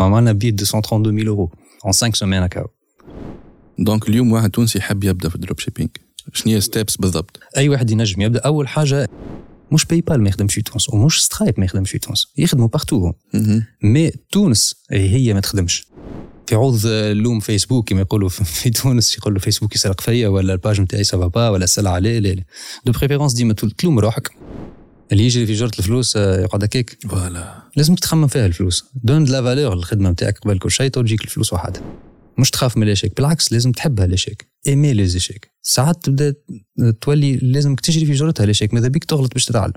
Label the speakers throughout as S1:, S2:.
S1: عملنا بيه 232 000 euros en 5 semaines à كاو
S2: دونك اليوم واحد تونسي حاب يبدا في الدروب شيبينغ شنو هي ستيبس بالضبط
S1: اي واحد ينجم يبدا اول حاجه مش باي بال ما يخدمش في تونس ومش سترايب ما يخدمش في تونس يخدموا بارتو
S2: مهم.
S1: مي تونس هي ما تخدمش في عوض آه، اللوم فيسبوك كما يقولوا في تونس يقولوا فيسبوك يسرق فيا ولا الباج نتاعي سافا با ولا السلعه لا لا لا دو بريفيرونس ديما تل- تلوم روحك اللي يجري في جره الفلوس آه، يقعد هكاك
S2: فوالا
S1: لازم تخمم فيها الفلوس دون لا فالور للخدمه نتاعك قبل كل شيء تجيك الفلوس وحدها مش تخاف من الاشيك بالعكس لازم تحبها الاشيك ايمي لي زيشيك ساعات تبدا تولي لازمك تجري في جرتها الاشيك ماذا بيك تغلط باش تتعلم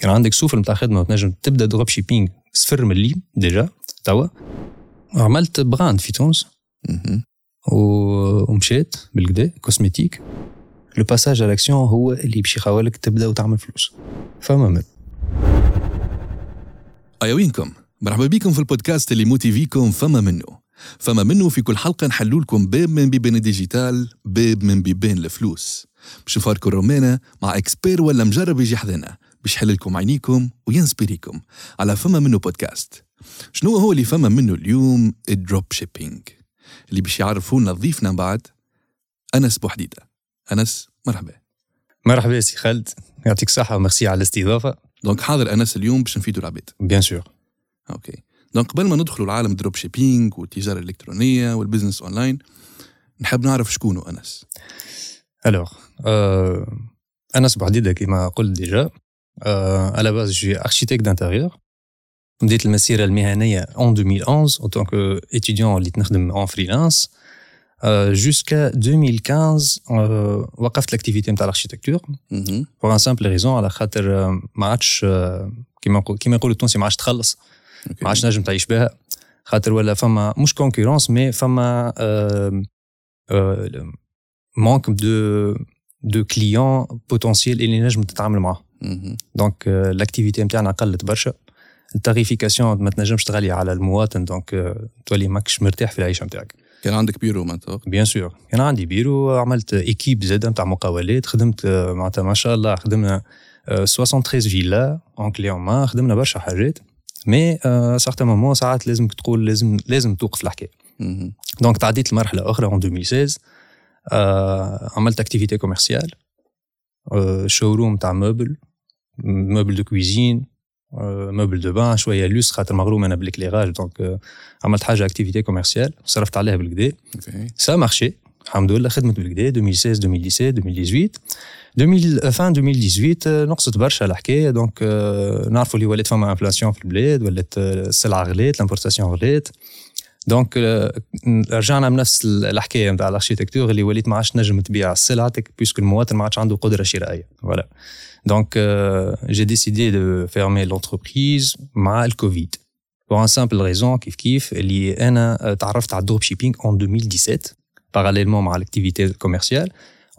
S1: كان عندك سوفر نتاع خدمه وتنجم تبدا دروب شيبينغ صفر من الليل ديجا توا عملت براند في تونس
S2: مهم.
S1: و- ومشيت بالكدا كوسميتيك لو باساج على الاكسيون هو اللي باش يخاولك تبدا وتعمل فلوس فما من
S2: ايا وينكم مرحبا بكم في البودكاست اللي موتيفيكم فما منه فما منه في كل حلقه نحلوا لكم باب من بيبان الديجيتال باب من بيبان الفلوس باش نفاركوا الرومانة مع اكسبير ولا مجرب يجي حذانا باش يحل لكم عينيكم وينسبيريكم على فما منه بودكاست شنو هو اللي فما منه اليوم الدروب شيبينج اللي باش يعرفونا ضيفنا بعد انس بوحديده انس مرحبا
S1: مرحبا يا سي خالد يعطيك الصحه وميرسي على الاستضافه
S2: دونك حاضر انس اليوم باش نفيدوا العباد
S1: بيان سور
S2: اوكي دونك قبل ما ندخلوا لعالم الدروب شيبينغ والتجاره الالكترونيه والبزنس اونلاين نحب نعرف شكون هو انس
S1: الوغ euh, انس بوحديده كما قلت ديجا على باز جي اركيتكت d'intérieur بديت المسيره المهنيه en 2011 en tant que étudiant اللي نخدم en freelance آه، jusqu'à 2015 آه، وقفت euh, l'activité نتاع l'architecture بور ان سامبل ريزون على خاطر آه، ما عادش آه، كيما نقول- كيما يقولوا التونسي ما عادش تخلص ما عادش نجم تعيش بها خاطر ولا فما مش كونكورونس مي فما آه، مانك دو دو كليون بوتونسييل اللي نجم تتعامل معاه
S2: مهم.
S1: دونك لاكتيفيتي نتاعنا قلت برشا التاريفيكاسيون ما تنجمش تغلي على المواطن دونك آه، تولي ماكش مرتاح في العيشه نتاعك
S2: كان عندك بيرو معناتها
S1: بيان سور انا عندي بيرو عملت ايكيب زاده نتاع مقاولات خدمت آه، معناتها ما شاء الله خدمنا آه، 73 فيلا اون كلي اون مان خدمنا برشا حاجات مي سارتان مومون ساعات لازمك تقول لازم لازم توقف الحكايه
S2: مهم.
S1: دونك تعديت لمرحله اخرى اون 2016 آه، عملت اكتيفيتي كوميرسيال euh, شوروم تاع موبل موبل دو كويزين آه، موبل دو بان شويه لوس خاطر مغروم انا بالكليغاج دونك آه، عملت حاجه اكتيفيتي كوميرسيال صرفت عليها بالكدا
S2: اوكي
S1: Ça a marché. Alhamdoulilah, خدمت بالكدا 2016 2017 2018 2000 آه، فان 2018 آه، نقصت برشا الحكايه دونك آه، نعرفوا اللي ولات فما انفلاسيون في البلاد ولات آه، السلعه غلات الامبورتاسيون غلات دونك آه، رجعنا من نفس ال- الحكايه نتاع الاركيتكتور اللي وليت ما عادش نجم تبيع سلعتك بيسك المواطن ما عادش عنده قدره شرائيه فوالا دونك جي ديسيدي دو فيرمي لونتربريز مع الكوفيد بور ان سامبل ريزون كيف كيف اللي انا تعرفت على الدروب شيبينغ اون 2017 parallèlement à l'activité commerciale.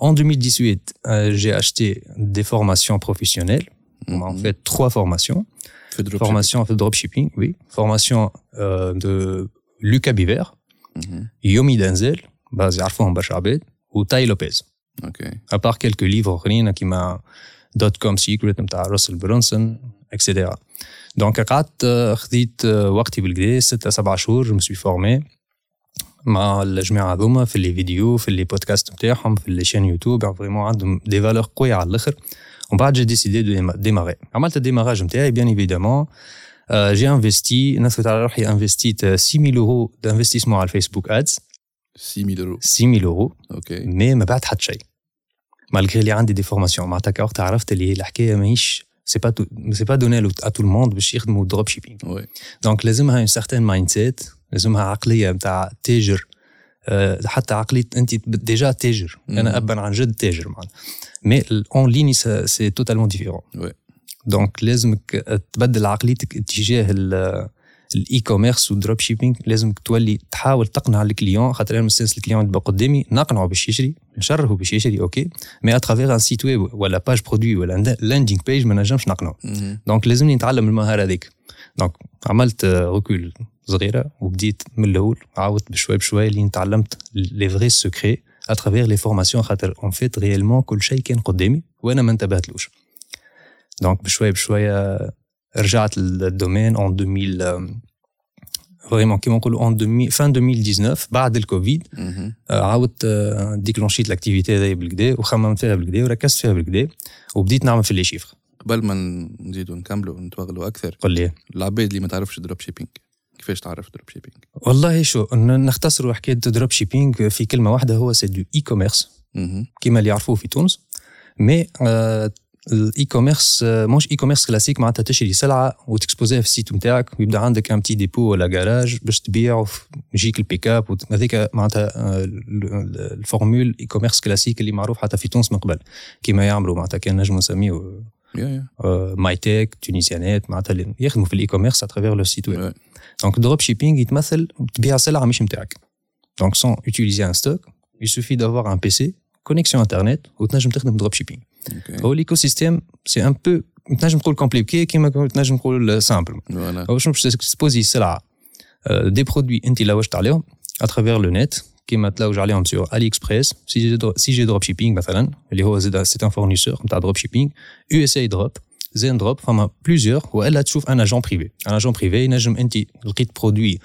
S1: En 2018, euh, j'ai acheté des formations professionnelles. On a
S2: Mhm.
S1: en fait trois formations.
S2: في دروب
S1: Formation de dropshipping, oui. Formation euh, de Lucas Biver,
S2: شيبينغ. مهم.
S1: Yomi Denzel, basé à Arfon Bachabed, ou Tai Lopez.
S2: اوكي
S1: À part quelques livres orlines qui m'a Dotcom Secret, comme t'as Russell Brunson, etc. Donc, euh, قعدت آه، خديت آه، وقتي بالكدا ستة سبعة شهور جو مسوي فورمي مع الجماعة هذوما في اللي فيديو في اللي بودكاست نتاعهم في اللي شين يوتيوب يعني فريمون عندهم دي فالور قوية على الآخر ومن بعد جي ديسيدي دو ديماري عملت الديماراج نتاعي بيان ايفيدامون جي انفستي نثبت على روحي انفستيت 6000 يورو دانفستيسمون على الفيسبوك ادز
S2: 6000 يورو
S1: 6000 يورو
S2: اوكي
S1: مي ما بعت حتى شيء مالغري اللي عندي دي فورماسيون معناتها كوقت عرفت اللي هي الحكايه ماهيش سي با تو سي با دوني ا تو الموند باش يخدموا دروب شيبينغ
S2: وي
S1: دونك لازمها اون سارتين مايند سيت لازمها عقليه نتاع تاجر أه حتى عقليه انت ديجا تاجر
S2: مم.
S1: انا ابا عن جد تاجر معناتها مي اون ليني سي توتالمون ديفيرون
S2: وي.
S1: دونك لازمك تبدل عقليتك اتجاه ال- الاي كوميرس والدروب شيبينغ لازمك تولي تحاول تقنع الكليون خاطر انا مستانس الكليون اللي بقى قدامي نقنعه باش يشري نشرهه باش يشري اوكي مي اترافيغ ان سيت ويب ولا باج برودوي ولا لاندينغ بيج ما نجمش نقنعه
S2: مهم.
S1: دونك لازمني نتعلم المهاره هذيك دونك عملت ركول صغيره وبديت من الاول عاودت بشوي بشوي لين تعلمت لي فري سكري اترافيغ لي فورماسيون خاطر اون فيت ريالمون كل شيء كان قدامي وانا ما انتبهتلوش دونك بشوي بشوي رجعت للدومين اون 2000 آه، فريمون آه، كيما نقولوا اون 2000 فان 2019 بعد الكوفيد
S2: مهم.
S1: آه، عاودت آه، ديكلونشيت لاكتيفيتي هذيا بالكدا وخممت فيها بالكدا وركزت فيها بالكدا وبديت نعمل في لي شيفر
S2: قبل ما نزيدوا نكملوا ونتوغلوا اكثر
S1: قول لي
S2: العباد اللي ما تعرفش دروب شيبينغ كيفاش تعرف دروب شيبينغ؟
S1: والله شو ن- نختصروا حكايه دروب شيبينغ في كلمه واحده هو سي دو اي كوميرس
S2: مهم.
S1: كيما اللي يعرفوه في تونس مي آه، الاي كوميرس آه، مش اي كوميرس كلاسيك معناتها تشري سلعه وتكسبوزيها في السيت نتاعك ويبدا عندك ان بتي ديبو ولا جراج باش تبيع وف- يجيك البيك اب وت- هذيك معناتها آه، ال- ال- الفورمول اي كوميرس كلاسيك اللي معروف حتى في تونس من قبل كيما يعملوا معناتها كان نجم نسميه
S2: يا يا
S1: ماي تيك تونيزيانات معناتها اللي يخدموا في الاي كوميرس اترافيغ لو سيت ويب
S2: Ouais.
S1: دونك دروب شيبينغ يتمثل تبيع سلعه مش نتاعك دونك سون يوتيليزي ان ستوك il suffit d'avoir un PC كونيكسيون انترنت وتنجم تخدم دروب شيبينغ
S2: اوكي
S1: هو الايكو سيستيم سي ان بو تنجم تقول كومبليكي كيما كنت تنجم تقول سامبل
S2: فوالا
S1: هو شنو باش تكسبوزي سلعه آه، دي برودوي انت لوجت عليهم اترافيغ لو نت كيما تلوج عليهم سيور الي اكسبريس سي جي درو- سي جي دروب شيبينغ مثلا اللي هو زاد سي ان فورنيسور نتاع دروب شيبينغ يو اس اي دروب زين دروب فما بليزيور والا تشوف ان اجون بريفي ان اجون بريفي ينجم انت لقيت برودوي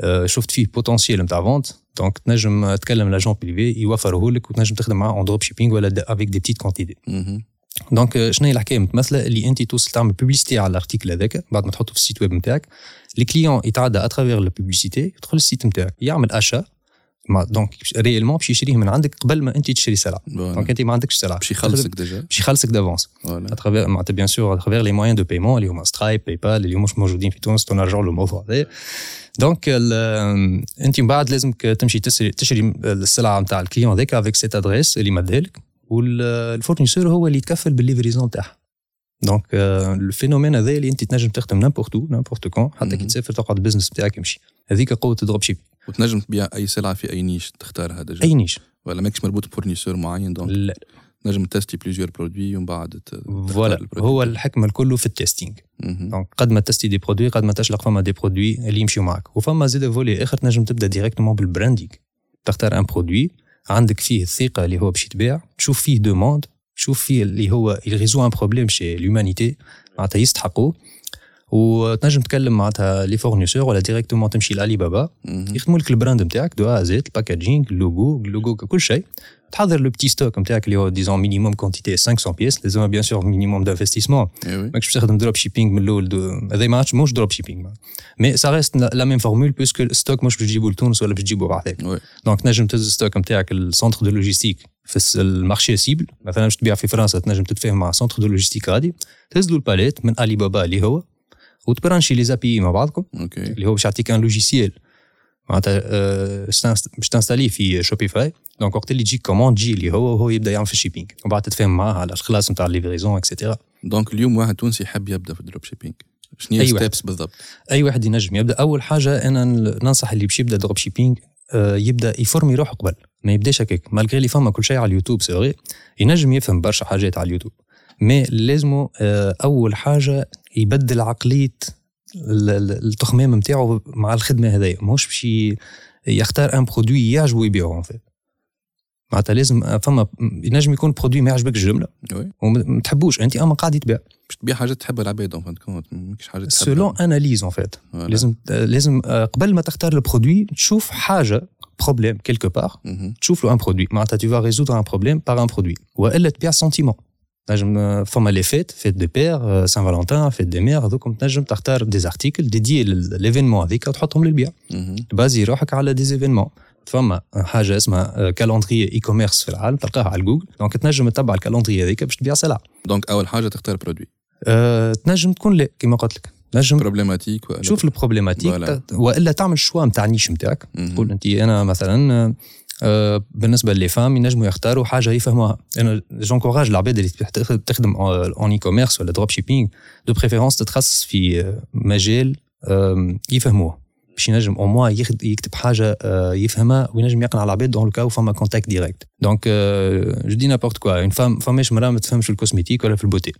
S1: آه، شفت فيه بوتنسيال نتاع فونت دونك تنجم تكلم لاجون بريفي يوفره لك وتنجم تخدم معاه اون دروب شيبينغ ولا افيك دي بتيت كونتيتي
S2: مهم.
S1: دونك آه، شنو هي الحكايه متمثله اللي انت توصل تعمل بوبليسيتي على الارتيكل هذاك بعد ما تحطه في السيت ويب نتاعك الكليون يتعدى اترافيغ البوبليسيتي يدخل السيت نتاعك يعمل اشا مع دونك ريالمون باش يشريه من عندك قبل ما انت تشري سلعه دونك
S2: فوالا
S1: انت ما عندكش سلعه
S2: باش يخلصك ديجا
S1: باش يخلصك دافونس
S2: فوالا
S1: اترافيغ معناتها بيان سور اترافيغ لي موان دو بيمون اللي هما سترايب باي بال اللي مش موجودين في تونس تنرجعوا للموضوع هذا دونك ال- انت من بعد لازمك تمشي تشري تشري السلعه نتاع الكليون هذاك افيك سيت ادريس اللي مدها لك والفورنيسور هو اللي يتكفل بالليفريزون تاعها دونك الفينومين هذا اللي انت تنجم تخدم نامبورت تو نامبورت كون حتى كي
S2: مهم.
S1: تسافر تقعد البزنس نتاعك يمشي هذيك قوه الدروب شيب
S2: وتنجم تبيع اي سلعه في اي نيش تختارها ديجا
S1: اي نيش
S2: ولا ماكش مربوط بفورنيسور معين دونك
S1: لا،
S2: تنجم تستي بليزيور برودوي ومن بعد ت- تختار
S1: فوالا
S2: البرودوي.
S1: هو الحكمه الكل في التيستينغ
S2: مهم.
S1: دونك قد ما تستي دي برودوي قد ما تشلق فما دي برودوي اللي يمشيو معك وفما زاد فولي اخر تنجم تبدا ديريكتومون بالبراندينغ تختار ان برودوي عندك فيه الثقه اللي هو باش يتباع تشوف فيه دوموند تشوف فيه اللي هو يغيزو ان بروبليم شي لومانيتي معناتها يستحقوه وتنجم تكلم معناتها لي فورنيسور ولا ديريكتومون تمشي لالي بابا
S2: مهم.
S1: يخدموا لك البراند نتاعك دو ا زيت الباكاجينغ اللوغو اللوغو كل شيء تحضر لو بتي ستوك نتاعك اللي هو ديزون مينيموم كونتيتي 500 بيس لازم بيان سور مينيموم دانفستيسمون
S2: إيه وي.
S1: ماكش باش تخدم دروب شيبينغ من الاول دو- هذا ما عادش موش دروب شيبينغ مي سا ريست لا ميم فورمول بيسكو الستوك مش باش تجيبو لتونس ولا باش تجيبو بعثك
S2: إيه وي.
S1: دونك تنجم تهز الستوك نتاعك السونتر دو لوجيستيك في الس- المارشي سيبل مثلا باش تبيع في فرنسا تنجم تتفاهم مع سونتر دو لوجيستيك غادي تهز له الباليت من علي بابا اللي هو وتبرانشي لي زابي مع بعضكم
S2: اوكي
S1: اللي هو باش يعطيك ان لوجيسيال معناتها آه، باش تنس- باش تنستالي في شوبيفاي دونك وقت اللي تجيك كوموند تجي اللي هو هو يبدا يعمل في الشيبينغ ومن بعد تتفاهم معاه على الخلاص نتاع الليفريزون اكسيتيرا
S2: دونك اليوم واحد تونسي يحب يبدا في الدروب شيبينغ شنو هي
S1: أي واحد.
S2: ستيبس بالضبط؟
S1: اي واحد ينجم يبدا اول حاجه انا ننصح اللي باش يبدا دروب شيبينغ آه، يبدا يفورمي روحه قبل ما يبداش هكاك مالغري اللي فما كل شيء على اليوتيوب سي غي ينجم يفهم برشا حاجات على اليوتيوب مي لازمو آه، اول حاجه يبدل عقليه ال- ال- التخمام نتاعو مع الخدمه هذيا ماهوش باش ي- يختار ان برودوي يعجبو يبيعه في معناتها لازم آه، فما ينجم يكون برودوي ما يعجبكش جمله
S2: إيه وي.
S1: وما تحبوش انت اما قاعد يتباع
S2: باش تبيع حاجات تحبها العباد اون فان كونت ماكش حاجات تحبها
S1: سولون اناليز اون فيت
S2: فوالا.
S1: لازم لازم آه، قبل ما تختار البرودوي تشوف حاجه بروبليم كيلكو بار
S2: مهم.
S1: تشوف له ان برودوي معناتها تو فا ريزودر ان بروبليم بار ان برودوي والا تبيع سنتيمون تنجم آه، فما لي فيت فيت دي بير آه، سان فالونتان فيت دي مير هذوكم تنجم تختار دي زارتيكل ديدي ليفينمون هذيك وتحطهم للبيع
S2: مهم.
S1: تبازي روحك على دي زيفينمون فما حاجه اسمها كالندري اي كوميرس في العالم تلقاها على جوجل دونك تنجم تتبع الكالندري هذيك باش تبيع سلعه
S2: دونك اول حاجه تختار برودوي
S1: أه تنجم تكون لا كيما قلت لك تنجم
S2: بروبليماتيك ولا
S1: تشوف البروبليماتيك
S2: فوالا.
S1: ت- والا تعمل الشوا نتاع النيش نتاعك
S2: مهم.
S1: تقول انت انا مثلا آه، بالنسبه للي فام ينجموا يختاروا حاجه يفهموها انا جونكوراج العباد اللي تح- تخدم اون اي كوميرس ولا دروب شيبينغ دو بريفيرونس تتخصص في آه، مجال آم، يفهموه باش ينجم او موا يخد- يكتب حاجه آه، يفهمها وينجم يقنع العباد دون لو فما كونتاكت ديريكت دونك جو دي نابورت كوا اون فام فماش مراه ما تفهمش في الكوزميتيك ولا في البوتي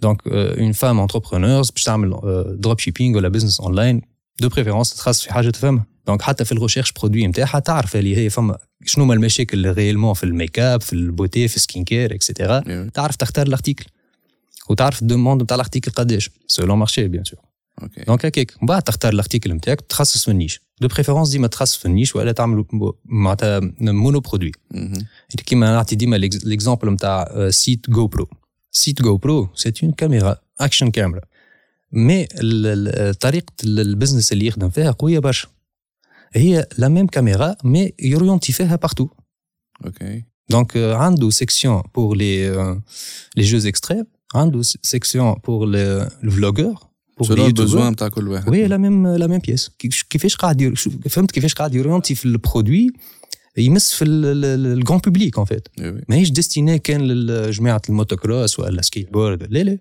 S1: دونك اون فام انتربرونورز باش تعمل دروب شيبينغ ولا بزنس اونلاين دو بريفيرونس تتخصص في حاجه تفهمها دونك حتى في الريشيرش برودوي نتاعها تعرف اللي هي فما شنو هما المشاكل اللي ريالمون في الميك اب في البوتي في السكين كير اكسيتيرا
S2: إيه وي.
S1: تعرف تختار الارتيكل وتعرف الدوموند نتاع الارتيكل قداش سولون مارشي بيان سور
S2: اوكي
S1: دونك هكاك من بعد تختار الارتيكل نتاعك تخصص في النيش دو بريفيرونس ديما تخصص في النيش ولا تعمل معناتها مونو برودوي
S2: مهم.
S1: كيما نعطي ديما l'ex- l'exemple euh, نتاع سيت جو برو سيت جو برو سيت اون كاميرا اكشن كاميرا مي ال- ال- طريقه ال- البزنس اللي يخدم فيها قويه برشا هي لا ميم كاميرا مي يورينتي فيها بارتو
S2: اوكي
S1: دونك آه، عنده سيكسيون بور لي آه، لي جوز اكستريم عنده سيكسيون بور الفلوجور
S2: سولون البوزوان نتاع كل واحد
S1: وهي لا ميم لا ميم بيس كيش- كيفاش قاعد يور- شو- فهمت كيفاش قاعد يورينتي في البرودوي يمس في الجران بوبليك ان فيت
S2: إي إيه وي.
S1: ماهيش ديستيني كان لجماعه الموتوكروس ولا السكيت بورد لا لا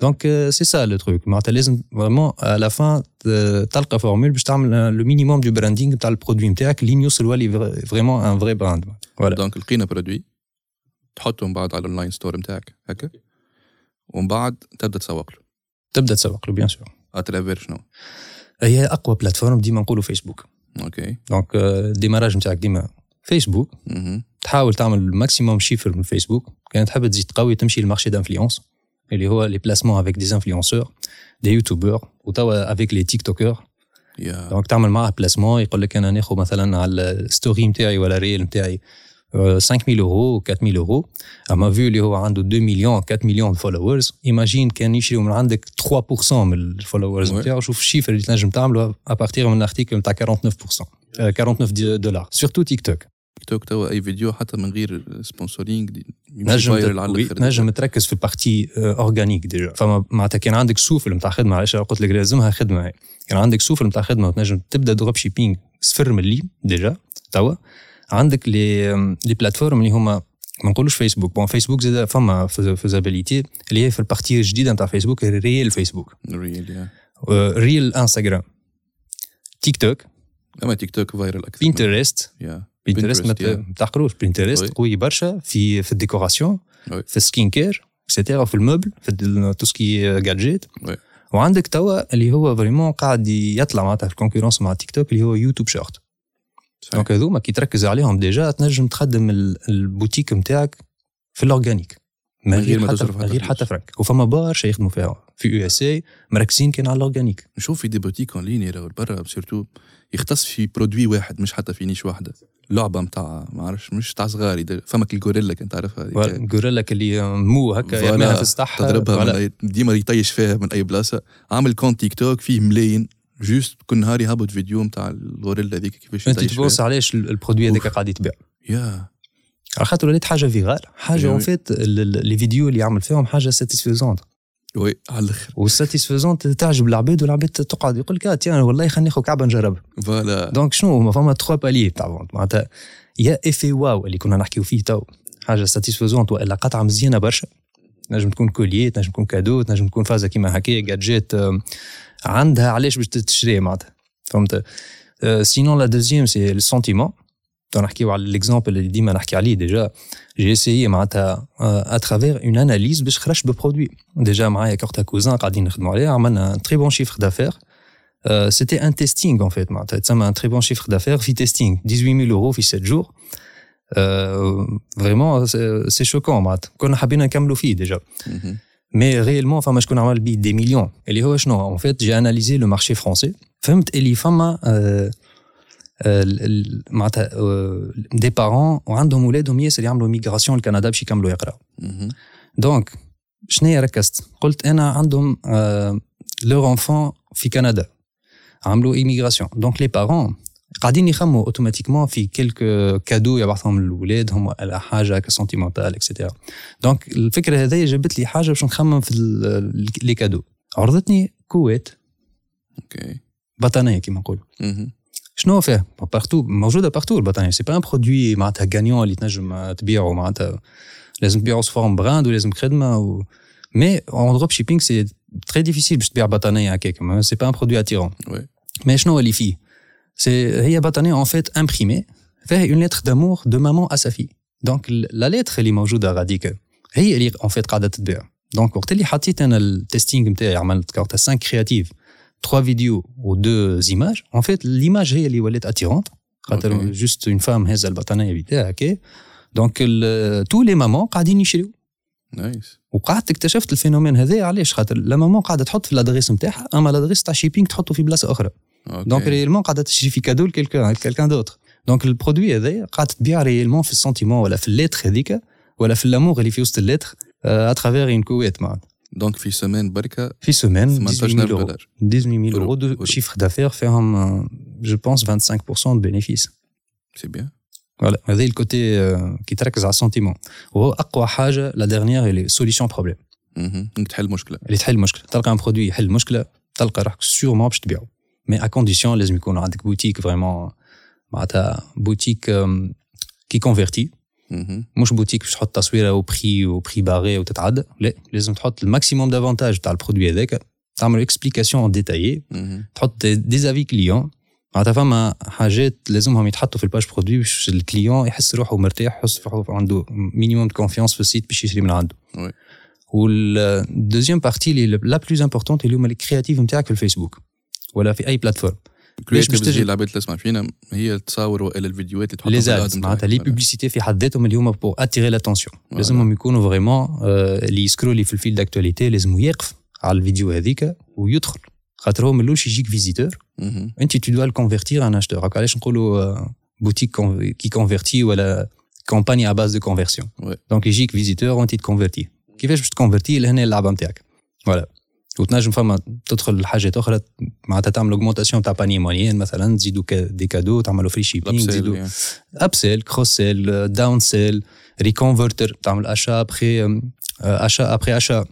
S1: دونك سي سا لو تروك معناتها لازم فريمون على لا فان ت- تلقى فورمول باش تعمل لو مينيموم دو براندينغ تاع البرودوي نتاعك لين يوصل ولي فريمون ان فري براند فوالا
S2: دونك لقينا برودوي تحطهم بعد على الاونلاين ستور نتاعك هكا ومن بعد تبدا تسوق له
S1: تبدا تسوق له بيان سور
S2: اترافير شنو
S1: هي اقوى بلاتفورم ديما نقولوا فيسبوك
S2: اوكي
S1: دونك الديماراج نتاعك ديما فيسبوك
S2: مهم.
S1: تحاول تعمل الماكسيموم شيفر من فيسبوك كان تحب تزيد تقوي تمشي للمارشي دانفلونس اللي هو لي بلاسمون افيك دي انفلونسور دي يوتيوبر وتوا افيك لي تيك توكر
S2: يا
S1: دونك تعمل معاه بلاسمون يقول لك انا ناخذ مثلا على الستوري نتاعي ولا ريل نتاعي آه، 5000 يورو 4000 يورو اما فيو اللي هو عنده 2 مليون 4 مليون فولورز ايماجين كان يشريو من عندك 3% من الفولورز
S2: Ouais.
S1: نتاعو شوف الشيفر اللي تنجم تعمله ابارتيغ من الارتيكل نتاع 49% آه، 49 دي- دولار سورتو تيك توك
S2: تيك توك توا اي فيديو حتى من غير سبونسورينغ
S1: نجم تت- وي، نجم تركز في البارتي آه، اورجانيك ديجا فما معناتها كان عندك سوفل نتاع خدمه علاش أنا قلت لك لازمها خدمه هاي كان عندك سوفل نتاع خدمه وتنجم تبدا دروب شيبينغ صفر ملي ديجا توا عندك لي آم، لي بلاتفورم اللي هما ما نقولوش فيسبوك بون فيسبوك زاد فما فيزابيليتي اللي هي في البارتي الجديده نتاع فيسبوك ريال فيسبوك
S2: ريل يا
S1: آه، ريال انستغرام تيك توك
S2: اما تيك توك فايرال اكثر من-
S1: بينترست
S2: يا
S1: بينترست ما
S2: Pinterest، yeah.
S1: ت- ما تحقروش بينترست
S2: Oui.
S1: قوي برشا في في الديكوراسيون
S2: Oui.
S1: في السكين كير اكسترا في الموبل في ال- تو سكي جادجيت
S2: Oui.
S1: euh, وعندك توا اللي هو فريمون قاعد يطلع معناتها في الكونكورونس مع تيك توك اللي هو يوتيوب شورت
S2: صحيح.
S1: دونك هذوما كي تركز عليهم ديجا تنجم تخدم ال- البوتيك نتاعك في الاورجانيك من
S2: غير ما
S1: غير حتى
S2: تصرف حتى
S1: من غير
S2: فلوس.
S1: حتى فرانك وفما برشا يخدموا فيها في يو اس اي مركزين كان على الاورجانيك
S2: نشوف في دي بوتيك اون لين راهو برا سيرتو يختص في برودوي واحد مش حتى في نيش واحده لعبه نتاع ما عرفش مش تاع صغار يدير- فما كي الغوريلا كان تعرفها هذيك.
S1: غوريلا اللي مو هكا
S2: فوالا،
S1: يرميها في السطح
S2: تضربها من
S1: فوالا.
S2: أي- ديما يطيش فيها من اي بلاصه عامل كونت تيك توك فيه ملاين جوست كل نهار يهبط فيديو نتاع الغوريلا هذيك كيفاش
S1: انت
S2: يطيش
S1: تبوس
S2: فيها
S1: علاش ال- البرودوي هذاك قاعد يتباع
S2: يا
S1: على خاطر ولات حاجه فيغال حاجه
S2: إيه
S1: اون
S2: وي.
S1: فيت لي فيديو اللي يعمل فيهم حاجه ساتيسفيزونت
S2: وي على الاخر
S1: والساتيسفيزونت تعجب العباد والعباد تقعد يقول لك آه، تيان والله خلينا ناخذ كعبه نجرب
S2: فوالا
S1: دونك Euh, شنو هما فما تخوا بالي تاع فونت معناتها يا افي واو اللي كنا نحكيو فيه تو حاجه ساتيسفيزونت والا قطعه مزيانه برشا تنجم تكون كوليي تنجم تكون كادو تنجم تكون فازه كيما هكايا جادجيت آم، عندها علاش باش تشري معناتها فهمت آه، سينون لا دوزيام سي السونتيمون تو نحكيو على ليكزامبل اللي ديما نحكي عليه ديجا جي اسيي معناتها اترافير اون اناليز باش خرجت ببرودوي ديجا معايا كورتا كوزان قاعدين نخدموا عليها عملنا تري بون شيفر دافير Euh, c'était un testing en fait. معناتها تسمى un très bon chiffre d'affaires, fit testing, 18 000 euros, fit 7 jours. Euh, vraiment, c'est c'est choquant. معناتها كنا حابين نكملوا فيه déjà.
S2: مهم.
S1: Mais réellement, فما شكون عمل بيه des millions. اللي هو شنو؟ En fait, j'ai analysé le marché français. فهمت اللي فما آه، آه، ال- ال- معناتها آه، euh, des parents وعندهم ولادهم ياسر يعملوا ميغراسيون لكندا باش يكملوا يقراوا.
S2: مهم.
S1: دونك شنو ركزت قلت انا عندهم لور انفون في كندا عملوا ايميغراسيون دونك لي بارون قاعدين يخموا اوتوماتيكمون في كيلك كادو يبعثهم لولادهم ولا حاجه كسونتيمونتال اكسيتيرا دونك الفكره هذيا جابت لي حاجه باش نخمم في ال- لي كادو عرضتني كويت
S2: اوكي
S1: بطانيه كيما نقولوا
S2: مهم.
S1: شنو فيه بارتو موجوده بارتو البطانيه سي با ان برودوي معناتها غانيون اللي تنجم تبيعه معناتها لازم تبيعه سو فورم براند ولازم خدمه و... مي اون دروب شيبينغ سي تري ديفيسيل باش تبيع بطانيه هكاك ما- سي با ان برودوي اتيرون
S2: وي.
S1: مي شنو اللي فيه سي هي بطانيه اون فيت امبريمي فيها اون ليتر دامور دو مامون اسافي دونك ال- لا ليتر اللي موجوده غاديك هي اللي اون فيت قاعده تتباع دونك وقت اللي حطيت انا التستينغ نتاعي عملت كارت 5 كرياتيف 3 فيديو و 2 ايماج اون فيت ليماج هي اللي ولات اتيرونت خاطر
S2: أوكي.
S1: Ah, جوست اون فام هازه البطانيه بتاعها هكا دونك ال- تو لي مامون قاعدين يشريو
S2: نايس
S1: وقعدت اكتشفت الفينومين هذا علاش خاطر لما مون قاعده تحط في الادريس نتاعها اما الادريس تاع شيبينغ تحطه في بلاصه اخرى دونك ريالمون قاعده تشري في كادو لكيلكان لكيلكان دوتر دونك البرودوي هذا قاعده تبيع ريالمون في السونتيمون ولا في الليتر هذيك ولا في اللامور اللي في وسط الليتر اترافيغ اون كويت معناتها
S2: دونك في سمان بركه
S1: في سومين
S2: 18000
S1: 18000
S2: دولار
S1: 18000
S2: Euro,
S1: euros de
S2: euro.
S1: chiffre d'affaires فيهم euh, je pense 25% de bénéfices
S2: سي بيان
S1: voilà هذا الكوتي كي تركز على السنتيمون وهو اقوى حاجه لا dernière اللي سوليسيون بروبليم
S2: مهم. انك تحل مشكله
S1: اللي تحل المشكله تلقى ان برودوي يحل المشكله تلقى روحك سيغمون باش تبيعه مي ا كونديسيون لازم يكون عندك بوتيك فريمون معناتها بوتيك euh, كي كونفيرتي
S2: مهم.
S1: مش بوتيك باش تحط تصويره وبخي وبخي باغي وتتعدى لا لازم تحط الماكسيموم دافونتاج تاع البرودوي هذاك تعمل اكسبليكاسيون ديتايي
S2: مهم.
S1: تحط ديزافي كليون معناتها فما حاجات لازمهم يتحطوا في الباج برودوي باش الكليون يحس روحه مرتاح يحس روحه عنده مينيموم دو كونفيونس في السيت باش يشري من عنده
S2: وي.
S1: والدوزيام بارتي اللي لا بلوز امبورتونت اللي هما الكرياتيف نتاعك في الفيسبوك ولا في اي بلاتفورم ليش
S2: كرياتيف
S1: تجي-
S2: تجي العباد اللي تسمع فينا هي التصاور والا الفيديوهات اللي تحطها
S1: لي
S2: في
S1: زادز
S2: الأدم
S1: معناتها لي
S2: تاعك.
S1: بوبليسيتي في حد ذاتهم اللي هما بور اتيري لاتونسيون لازمهم يكونوا فريمون اللي يسكرولي في الفيل داكتواليتي لازم يقف على الفيديو هذيك ويدخل خاطر هو من الاول يجيك فيزيتور
S2: مهم.
S1: انت تو دوا كونفيرتير ان اشتور هكا علاش نقولوا آه، بوتيك كون- كي كونفيرتي ولا كومباني ا باز دو كونفيرسيون
S2: وي.
S1: دونك يجيك فيزيتور وانت تكونفيرتي كيفاش باش تكونفيرتي لهنا اللعبه نتاعك فوالا وتنجم فما تدخل حاجات اخرى معناتها تعمل اوغمونتاسيون تاع باني مونيين مثلا تزيدوا كا- دي كادو تعملوا فري شيبينغ
S2: الأبسيل
S1: تزيدوا
S2: يعني.
S1: ابسيل كروسيل داون سيل ريكونفرتر تعمل اشا ابخي اشا ابخي اشا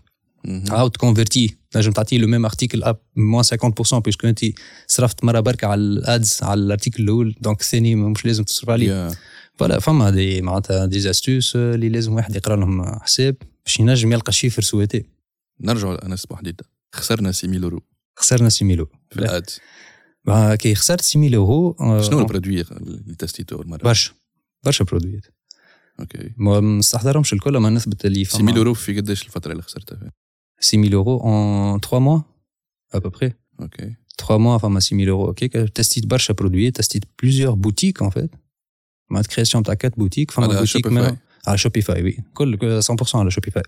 S2: مهم.
S1: عاود كونفرتي تنجم تعطيه لو ميم ارتيكل اب موان 50% بيسكو انت صرفت مره برك على الادز على الارتيكل الاول دونك الثاني مش لازم تصرف عليه
S2: يا.
S1: فوالا فما دي معناتها دي استوس اللي لازم واحد يقرا لهم حساب باش ينجم يلقى الشيفر سويتي
S2: نرجعوا لانس بوحديده خسرنا 6000 يورو
S1: خسرنا 6000
S2: في
S1: لا.
S2: الادز
S1: اورو كي خسرت 6000 اورو آه،
S2: شنو البرودوي اللي تستيتو اول مره
S1: برشا برشا برودويات
S2: اوكي
S1: ما نستحضرهمش الكل ما نثبت اللي
S2: 6000 يورو في قداش الفتره اللي خسرتها فيها
S1: 6000 اورو ان 3 موا à peu près
S2: اوكي
S1: 3 mois, enfin, 6 000 euros. Ok, testit barcha produit, testit plusieurs boutiques, en fait. Ma création, t'as 4 boutiques. Enfin, ma
S2: على
S1: boutique,
S2: شوبيفاي
S1: maintenant. À Shopify, oui. Cool, que 100% à la Shopify.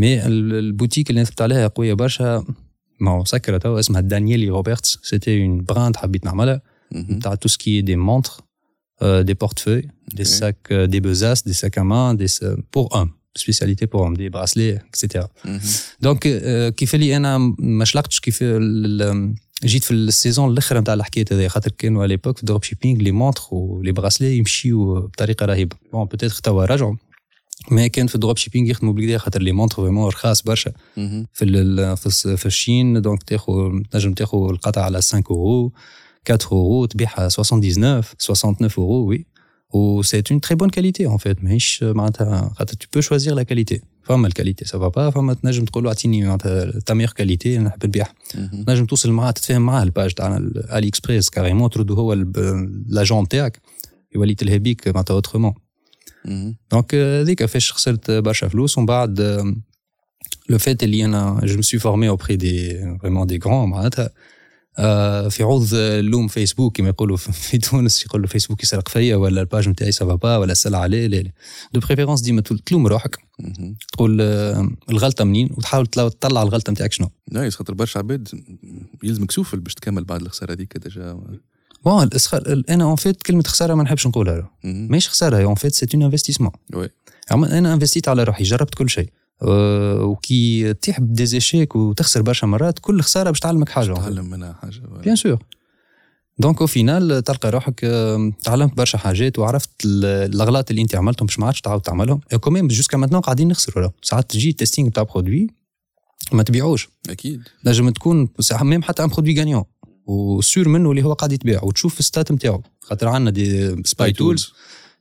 S1: Mais euh, le le boutique, elle est allée à Kouya Barcha. ما سكرتها واسمها دانييلي روبرتس سيتي اون براند حبيت نعملها
S2: مهم.
S1: نتاع تو سكي دي مونتر دي بورتفوي دي
S2: Ok.
S1: ساك دي بوزاس دي ساك ا مان دي بور ام سبيسياليتي بور ام دي براسلي اكسيتيرا
S2: مهم.
S1: دونك آه، كيف اللي انا ما شلقتش كيف ال- ال- جيت في السيزون الاخر نتاع الحكايه هذه خاطر كانوا على ليبوك في الدروب شيبينغ لي مونتر ولي براسلي يمشيو بطريقه رهيبه بون بوتيتر توا رجعوا ما كان في الدروب شيبينغ يخدموا بالكدا خاطر لي مونتر فريمون رخاص برشا
S2: مهم.
S1: في ال- في الس- في الشين دونك تاخذ تنجم تاخذ القطع على 5 اورو 4 اورو تبيعها 79 69 اورو وي و سي اون تري بون كاليتي ان فيت ماهيش معناتها خاطر تو بو شوازير لا كاليتي فما الكاليتي سافا با فما تنجم تقول له اعطيني معناتها تا ميغ كاليتي اللي نحب نبيعها
S2: مهم.
S1: تنجم توصل معاه تتفاهم معاه الباج تاع الي اكسبريس كاريمون تردو هو الب- لاجون نتاعك يولي تلهي بيك معناتها اوترومون
S2: مهم.
S1: دونك آه، هذيك فاش خسرت آه، برشا فلوس ومن بعد لو فات اللي انا جو مسوي فورمي اوبري دي فريمون دي غران معناتها آه، في عوض آه، لوم فيسبوك كما يقولوا في- في تونس يقولوا فيسبوك يسرق فيا ولا الباج نتاعي سافا با ولا السلعه عليه لا لا. دو بريفيرونس ديما تل- تلوم روحك
S2: مهم.
S1: تقول آه، الغلطه منين وتحاول تلا- تطلع الغلطه نتاعك شنو
S2: نايس خاطر برشا عباد يلزمك سوفل باش تكمل بعد الخساره هذيك ديجا
S1: بون الإسخار- ال- انا اون فيت كلمه خساره ما نحبش نقولها له.
S2: مهم.
S1: ماهيش خساره اون فيت سي اون انفستيسمون
S2: وي.
S1: اما انا انفستيت على روحي جربت كل شيء أه، وكي تطيح بديزيشيك وتخسر برشا مرات كل خساره باش تعلمك حاجه
S2: تعلم منها حاجه
S1: بيان سور دونك او فينال تلقى روحك أه، تعلمت برشا حاجات وعرفت ال- الاغلاط اللي انت عملتهم باش ما عادش تعاود تعملهم كوميم جوسكا ماتنون قاعدين نخسروا راهو. ساعات تجي تيستينغ تاع برودوي ما تبيعوش
S2: اكيد
S1: نجم تكون ساعة- ميم حتى ان برودوي غانيون وسور منه اللي هو قاعد يتباع وتشوف الستات نتاعو خاطر عندنا دي سباي تولز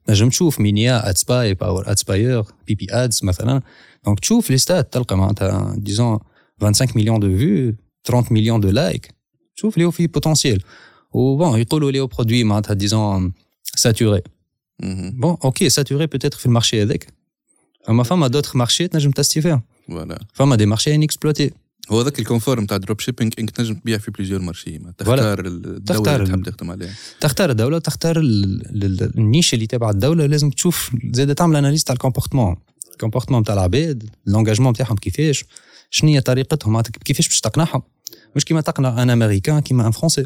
S1: نجم تشوف مينيا اد سباي باور اد سباير بي بي ادز مثلا دونك تشوف لي ستات تلقى معناتها ديزون 25 مليون دو فيو 30 مليون دو لايك تشوف اللي هو فيه بوتنسيال وبون يقولوا اللي هو برودوي معناتها ديزون ساتوري
S2: مهم.
S1: بون اوكي ساتوري بوتيتر في المارشي هذاك اما فما دوتر مارشي تنجم تستي فيهم
S2: فوالا
S1: فما دي مارشي ان اكسبلوتي
S2: هو ذاك الكونفورم تاع دروب شيبينغ انك تنجم تبيع في بليزيور مارشي ما
S1: فوالا.
S2: تختار الدوله
S1: تختار
S2: اللي
S1: ال-
S2: تحب تخدم عليها
S1: تختار الدوله تختار ال- ال- ال- النيش اللي تبع الدوله لازم تشوف زاد تعمل اناليز تاع الكومبورتمون الكومبورتمون نتاع العباد لونجاجمون نتاعهم كيفاش شنو هي طريقتهم معناتها كيفاش باش تقنعهم مش كيما تقنع ان امريكان كيما ان فرونسي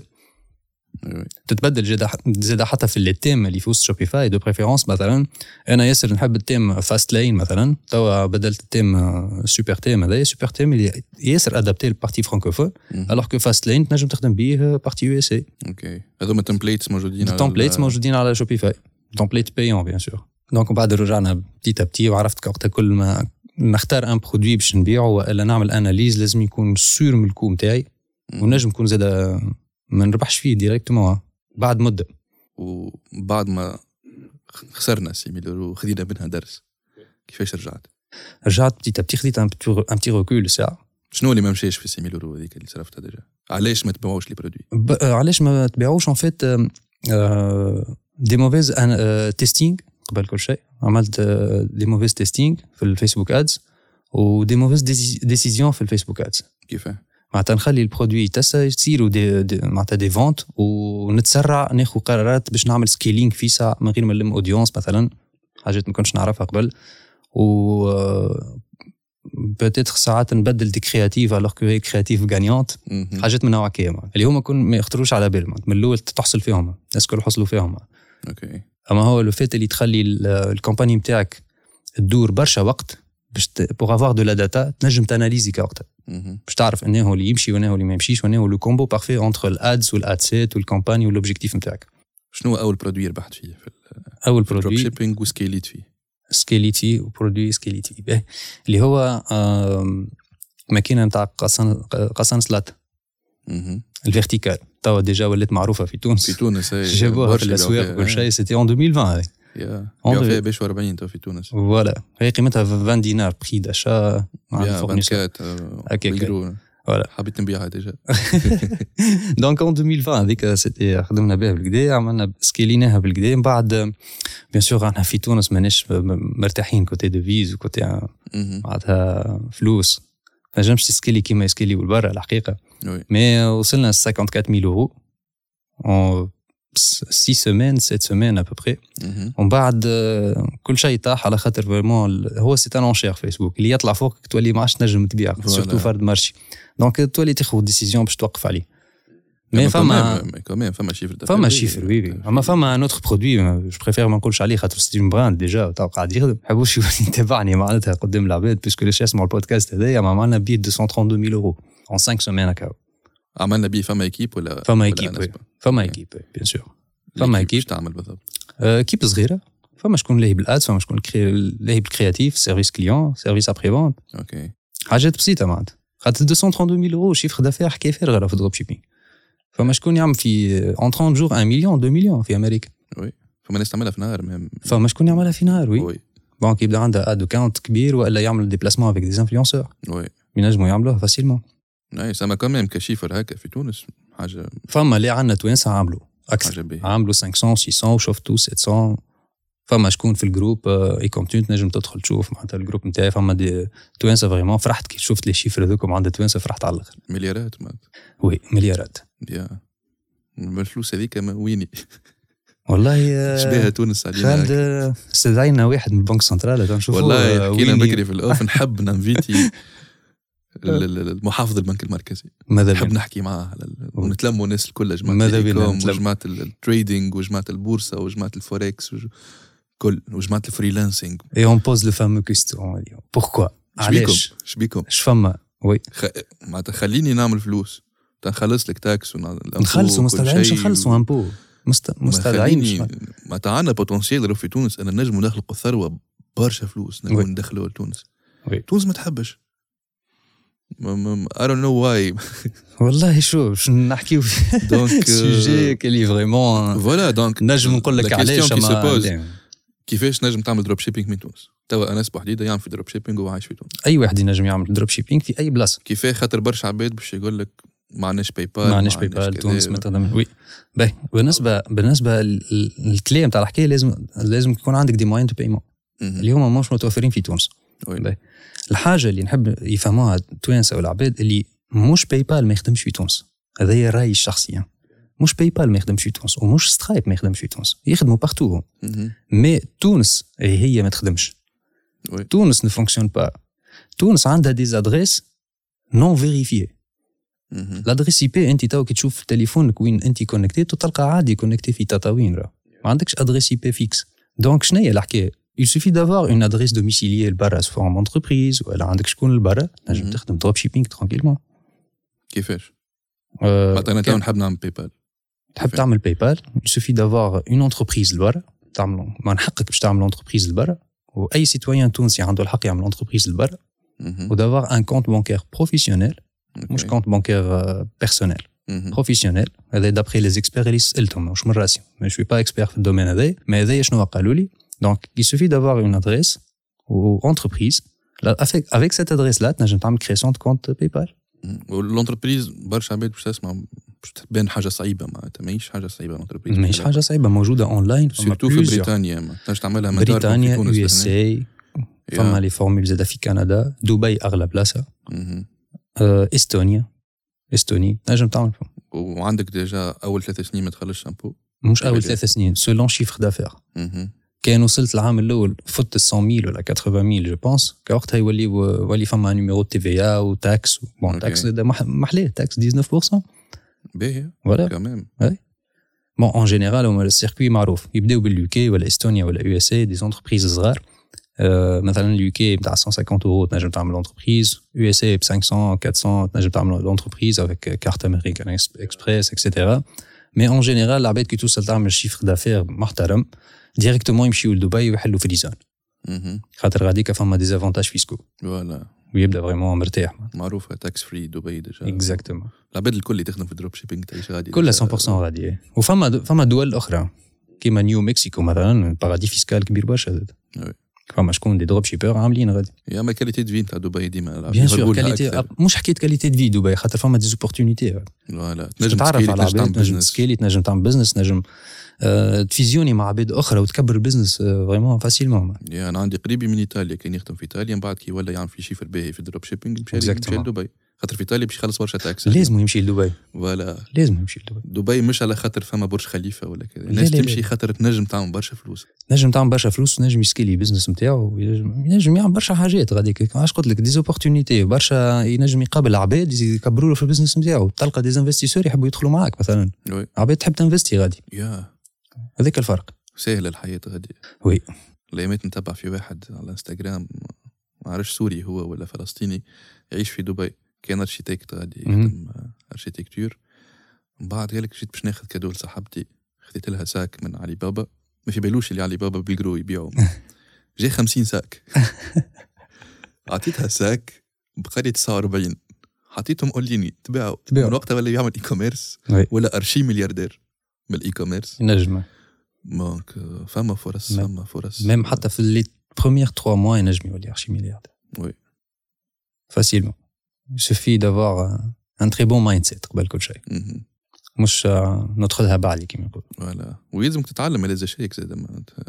S1: تتبدل جدا زاد حتى في التيم اللي في وسط شوبيفاي دو بريفيرونس مثلا انا ياسر نحب التيم فاست لين مثلا توا بدلت التيم سوبر تيم هذا سوبر تيم اللي ياسر ادابتي للبارتي فرانكوفون الوغ كو فاست لين تنجم تخدم بيه بارتي يو اس اي
S2: اوكي هذوما تمبليتس موجودين على
S1: التمبليتس
S2: ال-
S1: موجودين على شوبيفاي تمبليت بايون بيان سور دونك بعد رجعنا بتيت بتي وعرفت وقتها كل ما نختار ان برودوي باش نبيعه والا نعمل اناليز لازم يكون سور من الكو نتاعي ونجم نكون زاد ما نربحش فيه ديريكتومون بعد مده
S2: وبعد ما خسرنا 6000 وخذينا منها درس كيفاش رجعت؟
S1: رجعت بتيت بتي خديت ان بتي ريكول ساعه
S2: شنو اللي ما مشاش في 6000 يورو هذيك اللي صرفتها ديجا؟ علاش ما تباعوش لي برودوي؟
S1: ب- آه، علاش ما تبيعوش ان فيت euh, دي موفيز تيستينغ قبل كل شيء عملت دي موفيز تيستينغ في الفيسبوك ادز ودي موفيز ديسيزيون في الفيسبوك ادز
S2: كيفاه؟
S1: معناتها نخلي البرودوي يتسع يصيروا دي, دي معناتها دي فونت ونتسرع ناخذ قرارات باش نعمل سكيلينغ فيسا من غير ما نلم اودينس مثلا حاجات ما كنتش نعرفها قبل و بتيتر ساعات نبدل دي كرياتيف الوغ كو هي كرياتيف غانيونت
S2: مهم.
S1: حاجات من نوع كيما اللي هما كون ما يخطروش على بالهم من الاول تحصل فيهم الناس الكل حصلوا فيهم
S2: اوكي
S1: اما هو لو فات اللي تخلي ال- الكومباني نتاعك تدور برشا وقت باش بوغ افوار دو لا داتا تنجم تاناليزي وقتها
S2: مهم.
S1: باش تعرف انه هو اللي يمشي وانه هو اللي ما يمشيش وانه هو لو كومبو بارفي اونتر الادز والاد سيت والكومباني والاوبجيكتيف نتاعك
S2: شنو اول برودوي ربحت فيه في
S1: اول
S2: الدروب
S1: برودوي
S2: شيبينغ وسكيليت فيه؟
S1: سكيليتي وبرودوي سكيليتي باهي. اللي هو آم، ماكينه نتاع قصن قصن سلات
S2: مهم.
S1: الفيرتيكال توا ديجا ولات معروفه في تونس
S2: في تونس إيه، هاي
S1: جابوها في
S2: برشا اللي
S1: الاسواق
S2: بيعوا
S1: وكل
S2: فيها.
S1: شيء سيتي اون 2020 هاي.
S2: يا.
S1: On
S2: بيعوا
S1: the-
S2: فيها باش 40 تو في تونس
S1: فوالا هي قيمتها 20 دينار بخي داشا مع
S2: يا
S1: الفورنيسور
S2: 24
S1: هكاك.
S2: بالجرو.
S1: فوالا.
S2: حبيت نبيعها ديجا
S1: دونك اون 2020 هذيك سيتي خدمنا بها بالكدا عملنا سكيليناها بالكدا من بعد بيان سور احنا في تونس ماناش مرتاحين كوتي ديفيز وكوتي
S2: مهم.
S1: معناتها فلوس ما نجمش تسكيلي كيما يسكيليو البرا الحقيقه
S2: وي.
S1: مي وصلنا ل 54000 يورو اون 6 سيمين 7 سيمين ابوبخي
S2: مهم.
S1: ومن بعد آه، كل شيء طاح على خاطر فريمون ال- هو سي ان انشير فيسبوك اللي يطلع فوقك تولي ما عادش تنجم تبيع
S2: Voilà.
S1: سورتو فرد مارشي دونك تولي تاخذ ديسيزيون باش توقف عليه مي
S2: أما
S1: فما
S2: كمان- كمان فما شيفر
S1: فما شيفر وي وي اما فما ان اوتر برودوي جو بريفير ما نقولش عليه خاطر سيتي اون براند ديجا تو قاعد يخدم ما يحبوش يولي يتبعني معناتها قدام العباد بيسكو اللي يسمعوا البودكاست هذايا ما عملنا بيه 232000 يورو اون 5 سيمين هكا
S2: عملنا بيه فما ايكيب ولا
S1: فما
S2: ولا
S1: إيكيب،
S2: أنا
S1: وي.
S2: اسمع؟
S1: فما
S2: إيه.
S1: ايكيب بيان سور فما إيكيب.
S2: الإيكيب باش تعمل بالضبط
S1: آه، كيب صغيره Euh, فما شكون لاهي بالادز فما شكون كري- لاهي بالكرياتيف سيرفيس كليون سيرفيس ابري فونت
S2: اوكي
S1: حاجات بسيطه معناتها خاطر 232 يورو شيفر دافير حكايه فارغه في الدروب شيبينغ فما شكون يعمل في euh، اون 30 جور 1 مليون 2 مليون في امريكا
S2: فما ناس تعملها في نهار مهم
S1: فما شكون يعملها في نهار وي
S2: وي
S1: دونك يبدا عندها اد كاونت كبير والا يعمل ديبلاسمون افيك دي انفلونسور
S2: وي
S1: ينجموا يعملوها فاسيلمون
S2: نايس اما كمان كشيفر هكا في تونس حاجه
S1: فما اللي عندنا توانسه عملوا اكثر
S2: حاجه باهيه
S1: عملوا 500 600 وشفتوا 700 فما شكون في الجروب آه، اي كونتوني تنجم تدخل تشوف معناتها الجروب نتاعي فما دي توانسه فريمون فرحت كي شفت لي شيفر هذوكم عند توانسه فرحت على الاخر
S2: مليارات معناتها
S1: وي مليارات
S2: يا الفلوس هذيك ما ويني
S1: والله آه،
S2: شبيها تونس علينا
S1: خالد
S2: هكا.
S1: آه، استدعينا واحد من البنك سنترال نشوفوا آه،
S2: والله حكينا بكري في الاوف نحب ننفيتي ال- ال- المحافظ البنك المركزي
S1: ماذا
S2: نحب
S1: بينا
S2: نحكي معاه على ال- ونتلموا الناس الكل جماعه
S1: ماذا بينا
S2: التليكوم
S1: نتلم.
S2: وجماعه ال- التريدينج وجماعه البورصه وجماعه الفوركس وج- كل وجماعه الفريلانسينج
S1: اي اون بوز لو فامو كيستيون بوركوا
S2: شبيكم
S1: علاش
S2: شبيكم
S1: شفما
S2: خ... معناتها خليني نعمل فلوس تنخلص لك تاكس ونعمل-
S1: نخلصوا
S2: وكل
S1: مستدعينش
S2: شيء.
S1: نخلصوا ان بو مست-
S2: ما
S1: مستدعينش
S2: خليني- معناتها عندنا بوتنسيال في تونس ان نجموا نخلقوا ثروه برشا فلوس نجموا
S1: وي.
S2: ندخلوا لتونس
S1: وي.
S2: تونس ما تحبش اي دون نو واي
S1: والله شو باش نحكيو في
S2: دونك
S1: سوجي كلي فريمون
S2: فوالا دونك
S1: نجم نقول لك
S2: euh,
S1: يعني.
S2: La question
S1: علاش
S2: qui se pose.
S1: اما
S2: كيفاش نجم تعمل دروب شيبينغ من تونس توا انس بوحديده يعمل في دروب شيبينغ وعايش في تونس
S1: اي واحد ينجم يعمل دروب شيبينغ في اي بلاصه
S2: كيفاه خاطر برشا عباد باش يقول لك ما عندناش باي بال
S1: ما عندناش باي بال
S2: كذا.
S1: تونس ما تخدمش وي باهي بالنسبه بالنسبه لل- للكلام تاع الحكايه لازم لازم يكون عندك دي موان دو بايمون
S2: مهم.
S1: اللي هما مش متوفرين في تونس
S2: وي.
S1: باهي. الحاجه اللي نحب يفهموها التوانسه والعباد اللي مش باي بال ما يخدمش في تونس هذا هي رايي الشخصي مش باي بال ما يخدمش في تونس ومش سترايب ما يخدمش في تونس يخدموا بارتو
S2: مهم.
S1: مي تونس هي ما تخدمش
S2: Oui.
S1: Tunis ne fonctionne pas. Tunis عندها des adresses non vérifiées.
S2: مهم.
S1: الادريس اي بي انت تو كي تشوف في تليفونك وين انت كونكتيت تلقى عادي كونكتي في تطاوين راه ما عندكش ادريس اي بي فيكس دونك شنو هي الحكايه Il suffit d'avoir une adresse domiciliée لبرا سواء en entreprise ولا عندك شكون لبرا
S2: مهم.
S1: تنجم تخدم دروب شيبينغ ترانكيلمون
S2: كيفاش؟
S1: أه،
S2: معناتها انا
S1: كان-
S2: تو نحب نعمل باي بال
S1: تحب تعمل باي بال il suffit d'avoir une entreprise لبرا تعمل ما نحقك باش تعمل entreprise لبرا واي سيتويان تونسي عنده الحق يعمل entreprise لبرا
S2: مهم.
S1: ودافوار ان كونت بانكير بروفيسيونيل مش
S2: أوكي.
S1: كونت بانكير بيرسونيل
S2: مهم.
S1: بروفيسيونيل هذا دابخي لي زيكسبير اللي سالتهم مش من راسي ما شوي با اكسبير في الدومين هذا مي هذايا شنو قالوا لي دونك il suffit d'avoir une adresse ou entreprise لا- avec, avec cette adresse là تنجم تعمل كريسيون دو كونت باي بال
S2: مهم. واللونتربريز برشا عباد باش تسمع باش تبان حاجه صعيبه معناتها ماهيش حاجه صعيبه لونتربريز
S1: ماهيش حاجه صعيبه موجوده اون لاين
S2: سيرتو في بريطانيا ما تنجمش تعملها مدار
S1: بريطانيا
S2: كون
S1: يو
S2: في
S1: اس
S2: تونس
S1: اي
S2: يا.
S1: فما لي فورمول زاد في كندا دبي اغلى بلاصه
S2: مهم.
S1: أه، استونيا استوني تنجم تعمل فيهم.
S2: وعندك ديجا اول ثلاث سنين ما تخلصش شامبو
S1: مش اول
S2: بداية.
S1: ثلاث سنين سولون شيفر دافير
S2: مهم.
S1: كان وصلت العام الاول فت ال 100 000 ولا 80 000 جو بونس كوقتها يولي يولي فما نيميرو تي في ا وتاكس بون
S2: أوكي.
S1: تاكس زاد مح- محلاه تاكس 19%
S2: باهي
S1: فوالا
S2: كمان
S1: بون اون جينيرال هما السيركوي معروف يبداو باليوكي ولا استونيا ولا يو اس اي دي زونتربريز صغار آه، مثلا اليوكي بتاع 150 يورو تنجم تعمل لونتربريز يو اس اي ب 500 400 تنجم تعمل لونتربريز افيك كارت امريكان اكسبريس اكسيتيرا مي اون جينيرال العباد كي توصل تعمل شيفر دافير محترم ديريكتومون يمشيو لدبي ويحلوا في ديزاين
S2: مهم.
S1: خاطر غاديك فما ديزافونتاج فيسكو
S2: فوالا
S1: ويبدا فريمون مرتاح
S2: معروفه تاكس فري دبي ديجا
S1: اكزاكتومون
S2: العباد الكل اللي تخدم في الدروب شيبينغ تعيش غادي
S1: كلها
S2: ديجا.
S1: 100% غادي وفما فما دول اخرى كيما نيو مكسيكو مثلا بارادي فيسكال كبير برشا زاد
S2: وي.
S1: فما شكون دي دروب شيبر عاملين غادي
S2: يا ما كاليتي دفين تاع دبي ديما
S1: بيان سور كاليتي مش حكايه كاليتي دي في دبي خاطر فما دي زوبورتونيتي
S2: فوالا تنجم
S1: تتعرف
S2: تسكيلي،
S1: على عباد تنجم
S2: business.
S1: تسكيلي تنجم تعمل بزنس تنجم آه، تفيزيوني مع عباد اخرى وتكبر آه، البزنس فريمون فاسيلمون
S2: يا انا يعني عندي قريبي من ايطاليا كان يخدم في ايطاليا من بعد كي ولا يعمل في شيفر باهي في الدروب شيبينغ مشى
S1: Exactement.
S2: مشى لدبي خاطر في ايطاليا باش يخلص برشا تاكس
S1: لازم يمشي لدبي
S2: فوالا
S1: لازم يمشي لدبي
S2: دبي مش على خاطر فما برج خليفه ولا كذا
S1: لا،
S2: الناس
S1: لا، لا.
S2: تمشي خاطر تنجم تعمل برشا فلوس
S1: نجم تعمل برشا فلوس ونجم يسكيلي بزنس نتاعو ينجم ينجم يعمل برشا حاجات غاديك علاش قلت لك ديزوبورتونيتي برشا ينجم يقابل عباد يكبروا له في البزنس نتاعو تلقى ديزانفستيسور يحبوا يدخلوا معاك مثلا
S2: وي.
S1: عباد تحب تنفستي غادي
S2: يا
S1: هذاك الفرق
S2: سهله الحياه غادي
S1: وي.
S2: الايامات نتبع في واحد على انستغرام ما عرفش سوري هو ولا فلسطيني يعيش في دبي كان ارشيتكت غادي
S1: مهم.
S2: يخدم ارشيتكتور من بعد قال لك جيت باش ناخذ كادو لصاحبتي خذيت لها ساك من علي بابا ما في بالوش اللي علي بابا بالجرو يبيعوا جاي 50 ساك اعطيتها ساك بقى لي 49 حطيتهم اونلاين تباعوا
S1: تباعوا.
S2: من وقتها ولا يعمل اي كوميرس
S1: وي.
S2: ولا ارشي ملياردير من الاي كوميرس
S1: ينجم
S2: دونك فما فرص
S1: مم.
S2: فما فرص
S1: ميم حتى في لي بروميير تخوا موا ينجم يولي ارشي ملياردير
S2: وي.
S1: فاسيلمون يسفي دافوار ان تري بون مايند سيت قبل كل شيء
S2: مهم.
S1: مش آه، ندخلها بعلي كيما يقولوا
S2: فوالا ويلزمك تتعلم على زاشيك زاد معناتها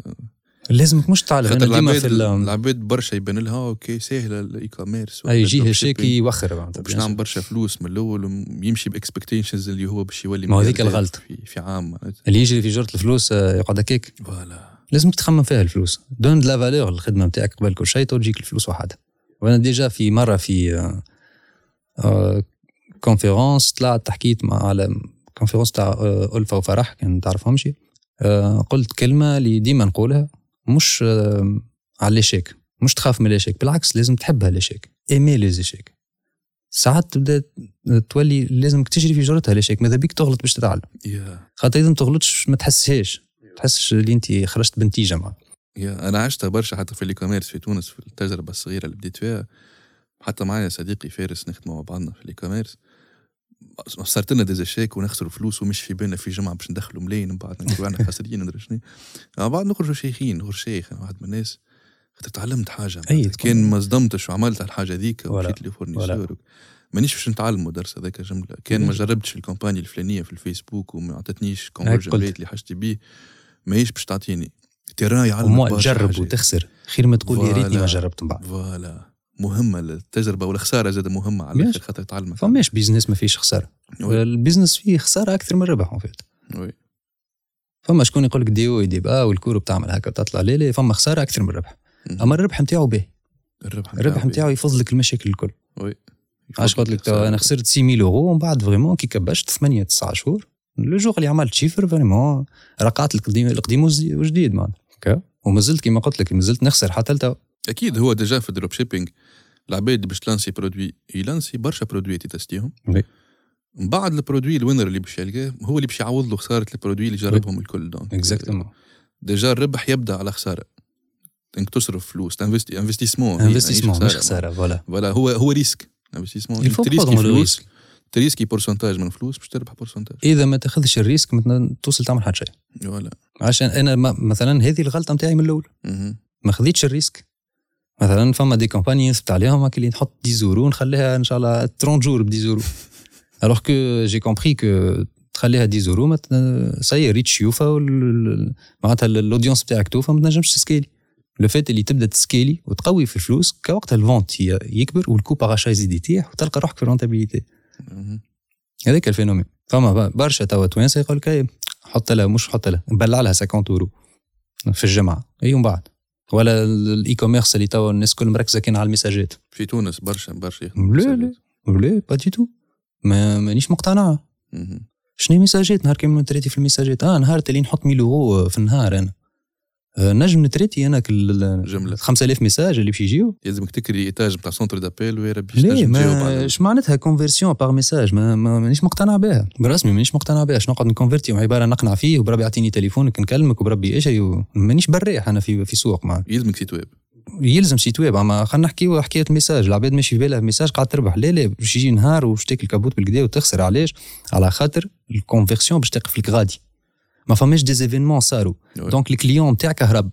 S1: لازمك مش تعلم
S2: خاطر
S1: انا ديما
S2: العباد
S1: في ال-
S2: العباد برشا يبان لها اوكي ساهله الاي كوميرس ولا
S1: أي يجيه
S2: الدروب
S1: الشيك
S2: شيبينج.
S1: يوخر معناتها.
S2: باش نعمل برشا فلوس من الاول ويمشي باكسبكتيشنز اللي هو باش يولي
S1: ما هو هذيك
S2: ملياردير
S1: الغلط.
S2: في, في عام معناتها
S1: اللي يجري في جرة الفلوس آه، يقعد هكاك
S2: فوالا
S1: لازمك تخمم فيها الفلوس دون لا فالور للخدمه نتاعك قبل كل شيء تجيك الفلوس وحدها وانا ديجا في مره في آه، آه، كونفيرونس طلعت حكيت مع على كونفيرونس تاع آه، الفا وفرح كان تعرفهمش آه، قلت كلمه اللي ديما نقولها مش آه، على الاشيك مش تخاف من الاشيك بالعكس لازم تحبها الاشيك ايمي لي اشيك ساعات تبدا تولي لازمك تجري في جرتها الاشيك ماذا بيك تغلط باش تتعلم
S2: يا
S1: خاطر اذا ما تغلطش ما تحسهاش
S2: أيوة.
S1: تحسش اللي انت خرجت بنتيجه معك
S2: يا انا عشتها برشا حتى في الاي كوميرس في تونس في التجربه الصغيره اللي بديت فيها حتى معايا صديقي فارس نخدموا مع بعضنا في الاي كوميرس صارت لنا ديزاشيك ونخسروا فلوس ومش في بالنا في جمعه باش ندخلوا ملايين من بعد نقولوا احنا خاسرين ندري شنو من بعد نخرجوا شيخين نخرج شيخ أنا واحد من الناس خاطر تعلمت حاجه
S1: أي،
S2: معناتها.
S1: تكون-
S2: كان ما صدمتش وعملت الحاجه ذيك
S1: ولا،
S2: ومشيت لفورنيسور مانيش باش نتعلم الدرس هذاك جمله كان ما
S1: مم.
S2: جربتش الكومباني الفلانيه في الفيسبوك وما عطتنيش
S1: هاك
S2: كونفرجن
S1: قلت.
S2: ريت اللي حاجتي بيه ماهيش باش تعطيني ترى يعلم
S1: وما تجرب وتخسر خير ما تقول يا ريتني
S2: فوالا.
S1: ما جربت من بعد
S2: فوالا مهمه التجربه والخساره زاد مهمه على
S1: بيان
S2: الاخر خاطر تعلمك
S1: فماش بيزنس ما فيش خساره
S2: وي.
S1: البيزنس فيه خساره اكثر من ربح اون فيت
S2: وي.
S1: آه، فما شكون يقول لك دي او دي با والكورو بتعمل هكا تطلع لا لا فما خساره اكثر من ربح اما الربح نتاعو
S2: نعم.
S1: باهي
S2: الربح متاعو
S1: الربح
S2: بي.
S1: نتاعو يفض لك المشاكل الكل
S2: يفوت
S1: علاش قلت لك توا
S2: الخسارة.
S1: انا خسرت 6000 اورو ومن بعد فريمون كي كبشت 8 9 شهور لو جور اللي عملت شيفر فريمون رقعت القديم القديم وزي- وجديد معناتها وما زلت كيما قلت لك ما زلت نخسر حتى لتوا
S2: اكيد هو ديجا في الدروب شيبينغ العباد اللي باش تلانسي برودوي يلانسي برشا برودوي تيتستيهم
S1: وي.
S2: من بعد البرودوي الوينر اللي باش يلقاه هو اللي باش يعوض له خساره البرودوي اللي جربهم الكل دونك
S1: اكزاكتومون
S2: ديجا الربح يبدا على خساره انك تصرف فلوس تنفستي انفستيسمون يعني
S1: انفستيسمون مش خساره فوالا
S2: فوالا هو هو ريسك انفستيسمون
S1: الفو برودون الريسك
S2: تريسكي بورسنتاج من الفلوس باش تربح بورسنتاج
S1: اذا ما تاخذش الريسك ما توصل تعمل حتى شيء
S2: فوالا
S1: عشان انا ما- مثلا هذه الغلطه نتاعي من الاول
S2: مهم.
S1: ما خذيتش الريسك مثلا فما دي كومباني نثبت عليهم هاك اللي نحط 10 زورو نخليها ان شاء الله 30 جور ب 10 زورو الوغ كو جي كومبري كو تخليها 10 زورو ما ت- سي ريت شيوفه وال- معناتها الاودينس بتاعك توفى ما تنجمش تسكيلي لو فات اللي تبدا تسكيلي وتقوي في الفلوس كوقتها الفونت ي- يكبر والكو باغاشا يزيد يتيح وتلقى روحك في الرونتابيليتي
S2: مهم.
S1: هذاك الفينومين فما ب- برشا توا توانسه يقول لك إيه، حط لها مش حط لها بلع لها 50 اورو في الجمعه اي من بعد ولا ال- الاي كوميرس اللي توا الناس كل مركزه كان على المساجات إيه،
S2: في تونس برشا برشا يخدموا
S1: لا لا لا با دي تو ما مانيش مقتنعه
S2: مهم.
S1: شنو مساجات نهار كامل نتريتي في المساجات اه نهار اللي نحط 1000 اورو في النهار انا آه، نجم نتريتي انا كل
S2: جمله
S1: 5000 ميساج اللي باش يجيو
S2: لازمك تكري ايتاج نتاع سونتر دابيل ويا ربي
S1: ليه
S2: تنجم تجاوب
S1: ما
S2: على-
S1: اش معناتها كونفيرسيون باغ ميساج ما ما- مانيش مقتنع بها برسمي مانيش مقتنع بها شنو نقعد نكونفيرتي عباره نقنع فيه وبربي يعطيني تليفونك نكلمك وبربي اشري و- مانيش بريح انا في في سوق مع
S2: يلزمك سيت ويب
S1: يلزم سيت ويب اما خلينا نحكيو حكايه الميساج العباد ماشي في بالها ميساج قاعد تربح لا لا باش يجي نهار وباش تاكل كابوت بالكدا وتخسر علايش على خاطر الكونفيرسيون باش تقف لك غادي ما فماش ديزيفينمون صاروا
S2: وي.
S1: دونك الكليون تاعك هرب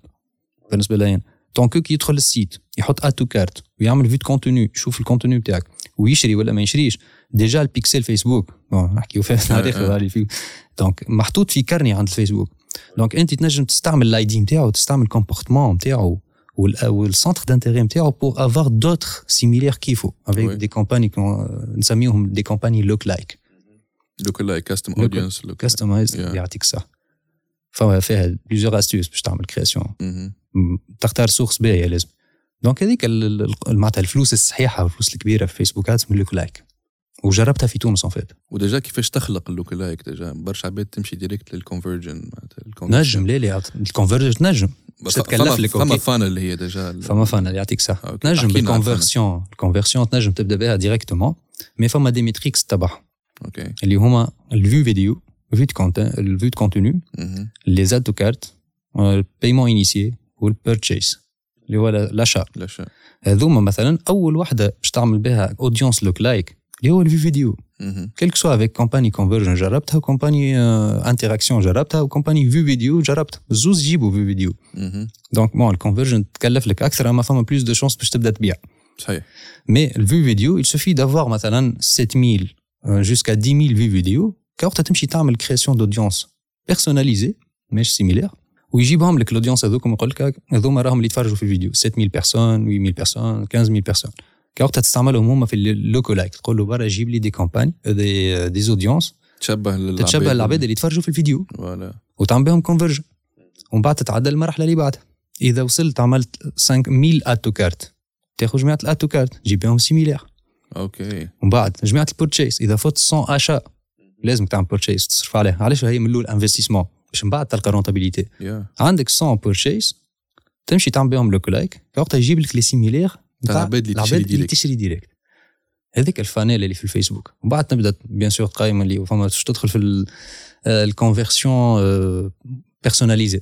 S1: بالنسبه لي انا دونك كي يدخل السيت يحط اتو كارت ويعمل فيت كونتوني يشوف الكونتوني تاعك ويشري ولا ما يشريش ديجا البيكسل فيسبوك بون نحكيو فيها نهار
S2: آه،
S1: آخر
S2: آه.
S1: علي فيه دونك محطوط في كرني عند الفيسبوك دونك انت تنجم تستعمل الاي دي نتاعو تستعمل الكومبورتمون نتاعو وال- والسنتر دانتيغي نتاعو بور افوار دوتر سيميلير كيفو افيك
S2: Oui.
S1: دي كومباني نسميهم دي كومباني لوك لايك
S2: لوك لايك كاستم
S1: لوك-
S2: اودينس لوك
S1: كاستمايز
S2: Yeah.
S1: يعطيك صح فما فيها بليزيور استيوس باش تعمل كرياسيون
S2: مهم.
S1: م- تختار سورس باهيه لازم دونك هذيك ال- ال- ال- معناتها الفلوس الصحيحه الفلوس الكبيره في فيسبوك ادز من لوك لايك وجربتها في تونس اون فيت
S2: وديجا كيفاش تخلق اللوك لايك ديجا برشا عباد تمشي ديريكت للكونفرجن معناتها الكونفرجن.
S1: نجم ليه ليه الكونفرج تنجم
S2: بس
S1: تتكلف
S2: فما-
S1: لك،
S2: فما
S1: أوكي.
S2: فانل اللي هي ديجا ال-
S1: فما فانا يعطيك صح
S2: آه، أوكي.
S1: تنجم
S2: أحكي لنا عن
S1: بالكونفرسيون الكونفرسيون تنجم تبدا بها ديريكتومون مي فما دي ميتريكس تبعهم
S2: اوكي
S1: اللي هما الفيو فيديو الفيو دو كونت الفيو دو كونتوني
S2: مهم.
S1: لي زاد دو كارت euh, البيمون انيسيي والبيرتشيس اللي هو لاشا
S2: لا شيء
S1: هذوما مثلا اول وحده باش تعمل بها اودينس لوك لايك اللي هو الفيو فيديو
S2: مهم.
S1: كيل سوا افيك كومباني كونفرجن جربتها وكومباني آه، انتراكسيون جربتها وكومباني فيو فيديو جربت زوز جيبوا فيو فيديو
S2: مهم.
S1: دونك بون الكونفرجن تكلف لك اكثر اما فما بلوس دو شونس باش تبدا تبيع
S2: صحيح
S1: مي الفيو فيديو il suffit d'avoir مثلا 7000 آه، euh, jusqu'à 10000 فيو فيديو كوقتها تمشي تعمل كرياسيون دودونس بيرسوناليزي مش سيميلير ويجيبهم لك الاودينس هذوكم يقول لك هذوما راهم اللي تفرجوا في الفيديو 7000 بيرسون 8000 بيرسون 15000 بيرسون كوقتها تستعملهم هما في اللوكو لايك تقول له برا جيب لي دي كومباني دي دي اودينس
S2: تشبه للعباد
S1: تتشبه العباد اللي تفرجوا في الفيديو
S2: فوالا
S1: وتعمل بهم كونفرجن ومن بعد تتعدى المرحله اللي بعدها اذا وصلت عملت 5000 اتو كارت تاخذ جماعه الاتو كارت تجيب بهم سيميلير
S2: اوكي
S1: ومن بعد جماعه البورتشيس اذا فوت 100 اشا لازمك تعمل بورتشيس تصرف عليه علاش هي من الاول انفستيسمون باش من بعد تلقى رونتابيليتي
S2: يا
S1: عندك 100 بورتشيس تمشي تعمل بهم لو كولايك وقتها يجيب لك لي سيميلير
S2: تاع العباد اللي تشري
S1: اللي
S2: ديريكت
S1: تشري ديريكت هذيك الفانيل اللي في الفيسبوك ومن بعد تبدا بيان سور قايمه اللي فما باش تدخل في ال- آه، الكونفرسيون آه، بيرسوناليزي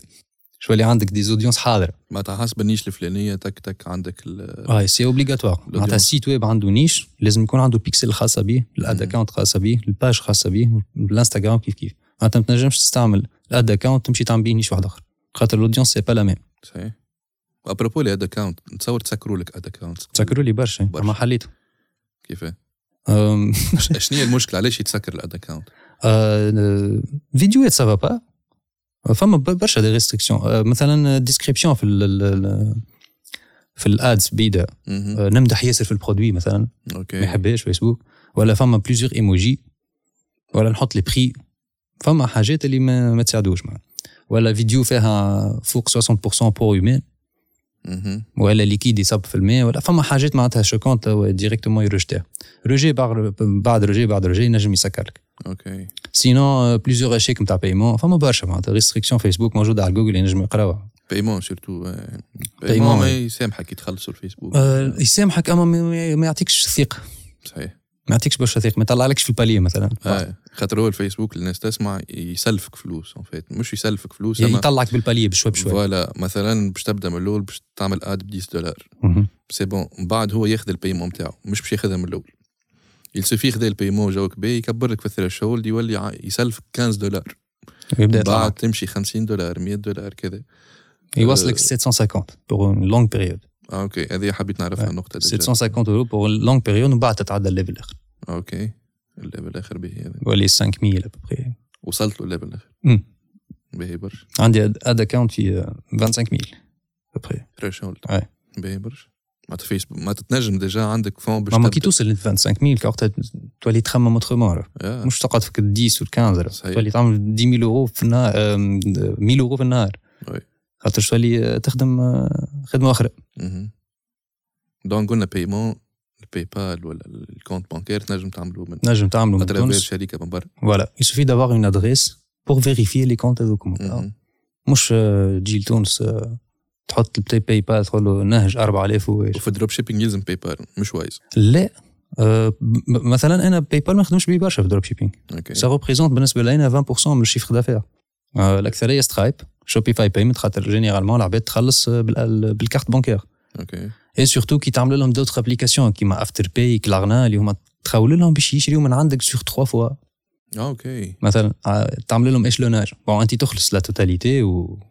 S1: شو اللي عندك دي زوديونس حاضره
S2: معناتها حسب النيش الفلانيه تك تك عندك ال-
S1: اه سي اوبليغاتوار معناتها السيت ويب عنده نيش لازم يكون عنده بيكسل خاصه به الاد
S2: مم.
S1: اكونت خاصه به الباج خاصه به الانستغرام كيف كيف معناتها ما تنجمش تستعمل الاد اكونت تمشي تعمل به نيش واحد اخر خاطر الاودينس سي با لا ميم
S2: صحيح ابروبو لي اد اكونت نتصور تسكروا لك اد اكونت
S1: تسكروا لي برشا
S2: برشا.
S1: اما حليته
S2: كيف
S1: أم،
S2: شنو هي المشكله علاش يتسكر الاد اكونت
S1: آه، فيديوهات سافا با فما ب- برشا دي ريستريكسيون مثلا ديسكريبسيون في ال- ال- ال- في الادز بيدا آه، نمدح ياسر في البرودوي مثلا ما
S2: اوكي
S1: يحبهاش فيسبوك ولا فما بليزيور ايموجي ولا نحط لي بري فما حاجات اللي ما, ما تساعدوش معنا ولا فيديو فيها فوق 60% بور هيومان
S2: مهم.
S1: ولا ليكيد يصب في الماء ولا فما حاجات معناتها شوكونت ديريكتومون يرجتها روجي بعد بعد روجي بعد روجي نجم يسكر لك euh,
S2: اوكي
S1: سينون بليزيور اشيك نتاع بايمون فما برشا معناتها ريستريكسيون فيسبوك موجوده على جوجل ينجم يقراوها
S2: بايمون سيرتو آه.
S1: بايمون،
S2: بايمون ما
S1: إيه.
S2: يسامحك يتخلصوا الفيسبوك
S1: أه، Euh, يسامحك اما ما- ما- ما يعطيكش الثقه
S2: صحيح
S1: ما يعطيكش برشا ثقه ما يطلعلكش في الباليه مثلا
S2: آه. خاطر هو الفيسبوك الناس تسمع يسلفك فلوس ان فيت مش يسلفك فلوس أما-
S1: يعني يطلعك بالباليه بشوي بشوي
S2: فوالا مثلا باش تبدا من الاول باش تعمل اد ب 10 دولار
S1: مهم.
S2: سي بون من بعد هو ياخذ البايمون نتاعو مش باش ياخذها من الاول يلسفي ياخذ البايمون جوك بي يكبر لك في الثلاث شهور يولي ع- يسلفك 15 دولار
S1: ويبدا
S2: بعد
S1: يطلع
S2: تمشي 50 دولار 100 دولار كذا
S1: يوصلك 750 بور اون لونغ بيريود
S2: آه اوكي هذه حبيت نعرفها
S1: آه،
S2: النقطه ديجا
S1: 750 يورو بور اون لونغ بيريود ومن بعد تتعدى الليفل الاخر
S2: اوكي الليفل الاخر به هذا
S1: ولي 5000 ابخي
S2: وصلت له الليفل الاخر به برشا
S1: عندي اد اكونت في آه، 25000 ابخي
S2: ثلاث هولد
S1: أي.
S2: به برشا معناتها فيسبوك ما تتنجم ديجا عندك فون باش
S1: ما
S2: تبدأ.
S1: كي توصل ل 25000 وقتها تولي تخمم اوترومون
S2: آه.
S1: مش تقعد فيك 10 ولا 15
S2: صحيح.
S1: تولي تعمل 10000 يورو في النهار آم، 1000 يورو في النهار
S2: أي.
S1: خاطر تولي آه، تخدم آه، خدمه اخرى
S2: مهم. دونك قلنا بايمون الباي بال ولا الكونت بانكير تنجم تعملوا من
S1: نجم تعملوا من
S2: اترافير
S1: نعم. تونس
S2: شركه من برا
S1: فوالا يسوفي دافوار اون ادريس بور فيريفي لي كونت هذوكم
S2: مهم.
S1: مش آه، تجي لتونس آه، تحط البلاي باي بال تقول له نهج 4000 وواش
S2: وفي الدروب شيبينج يلزم باي بال مش وايز
S1: لا آه، ب- ب- مثلا انا باي بال ما نخدمش بيه برشا في الدروب شيبينغ
S2: اوكي
S1: سا ريبريزونت بالنسبه لنا 20% من الشيفر دافير آه، الاكثريه سترايب شوبيفاي بايمنت خاطر جينيرالمون العباد تخلص آه، بال- بالكارت بانكير
S2: اوكي
S1: اي سورتو كي تعمل لهم دوتر ابليكاسيون كيما افتر باي كلارنا اللي هما تخول لهم باش يشريو من عندك سور 3 فوا
S2: اه اوكي
S1: مثلا آه، تعمل لهم اشلوناج بون انت تخلص لا توتاليتي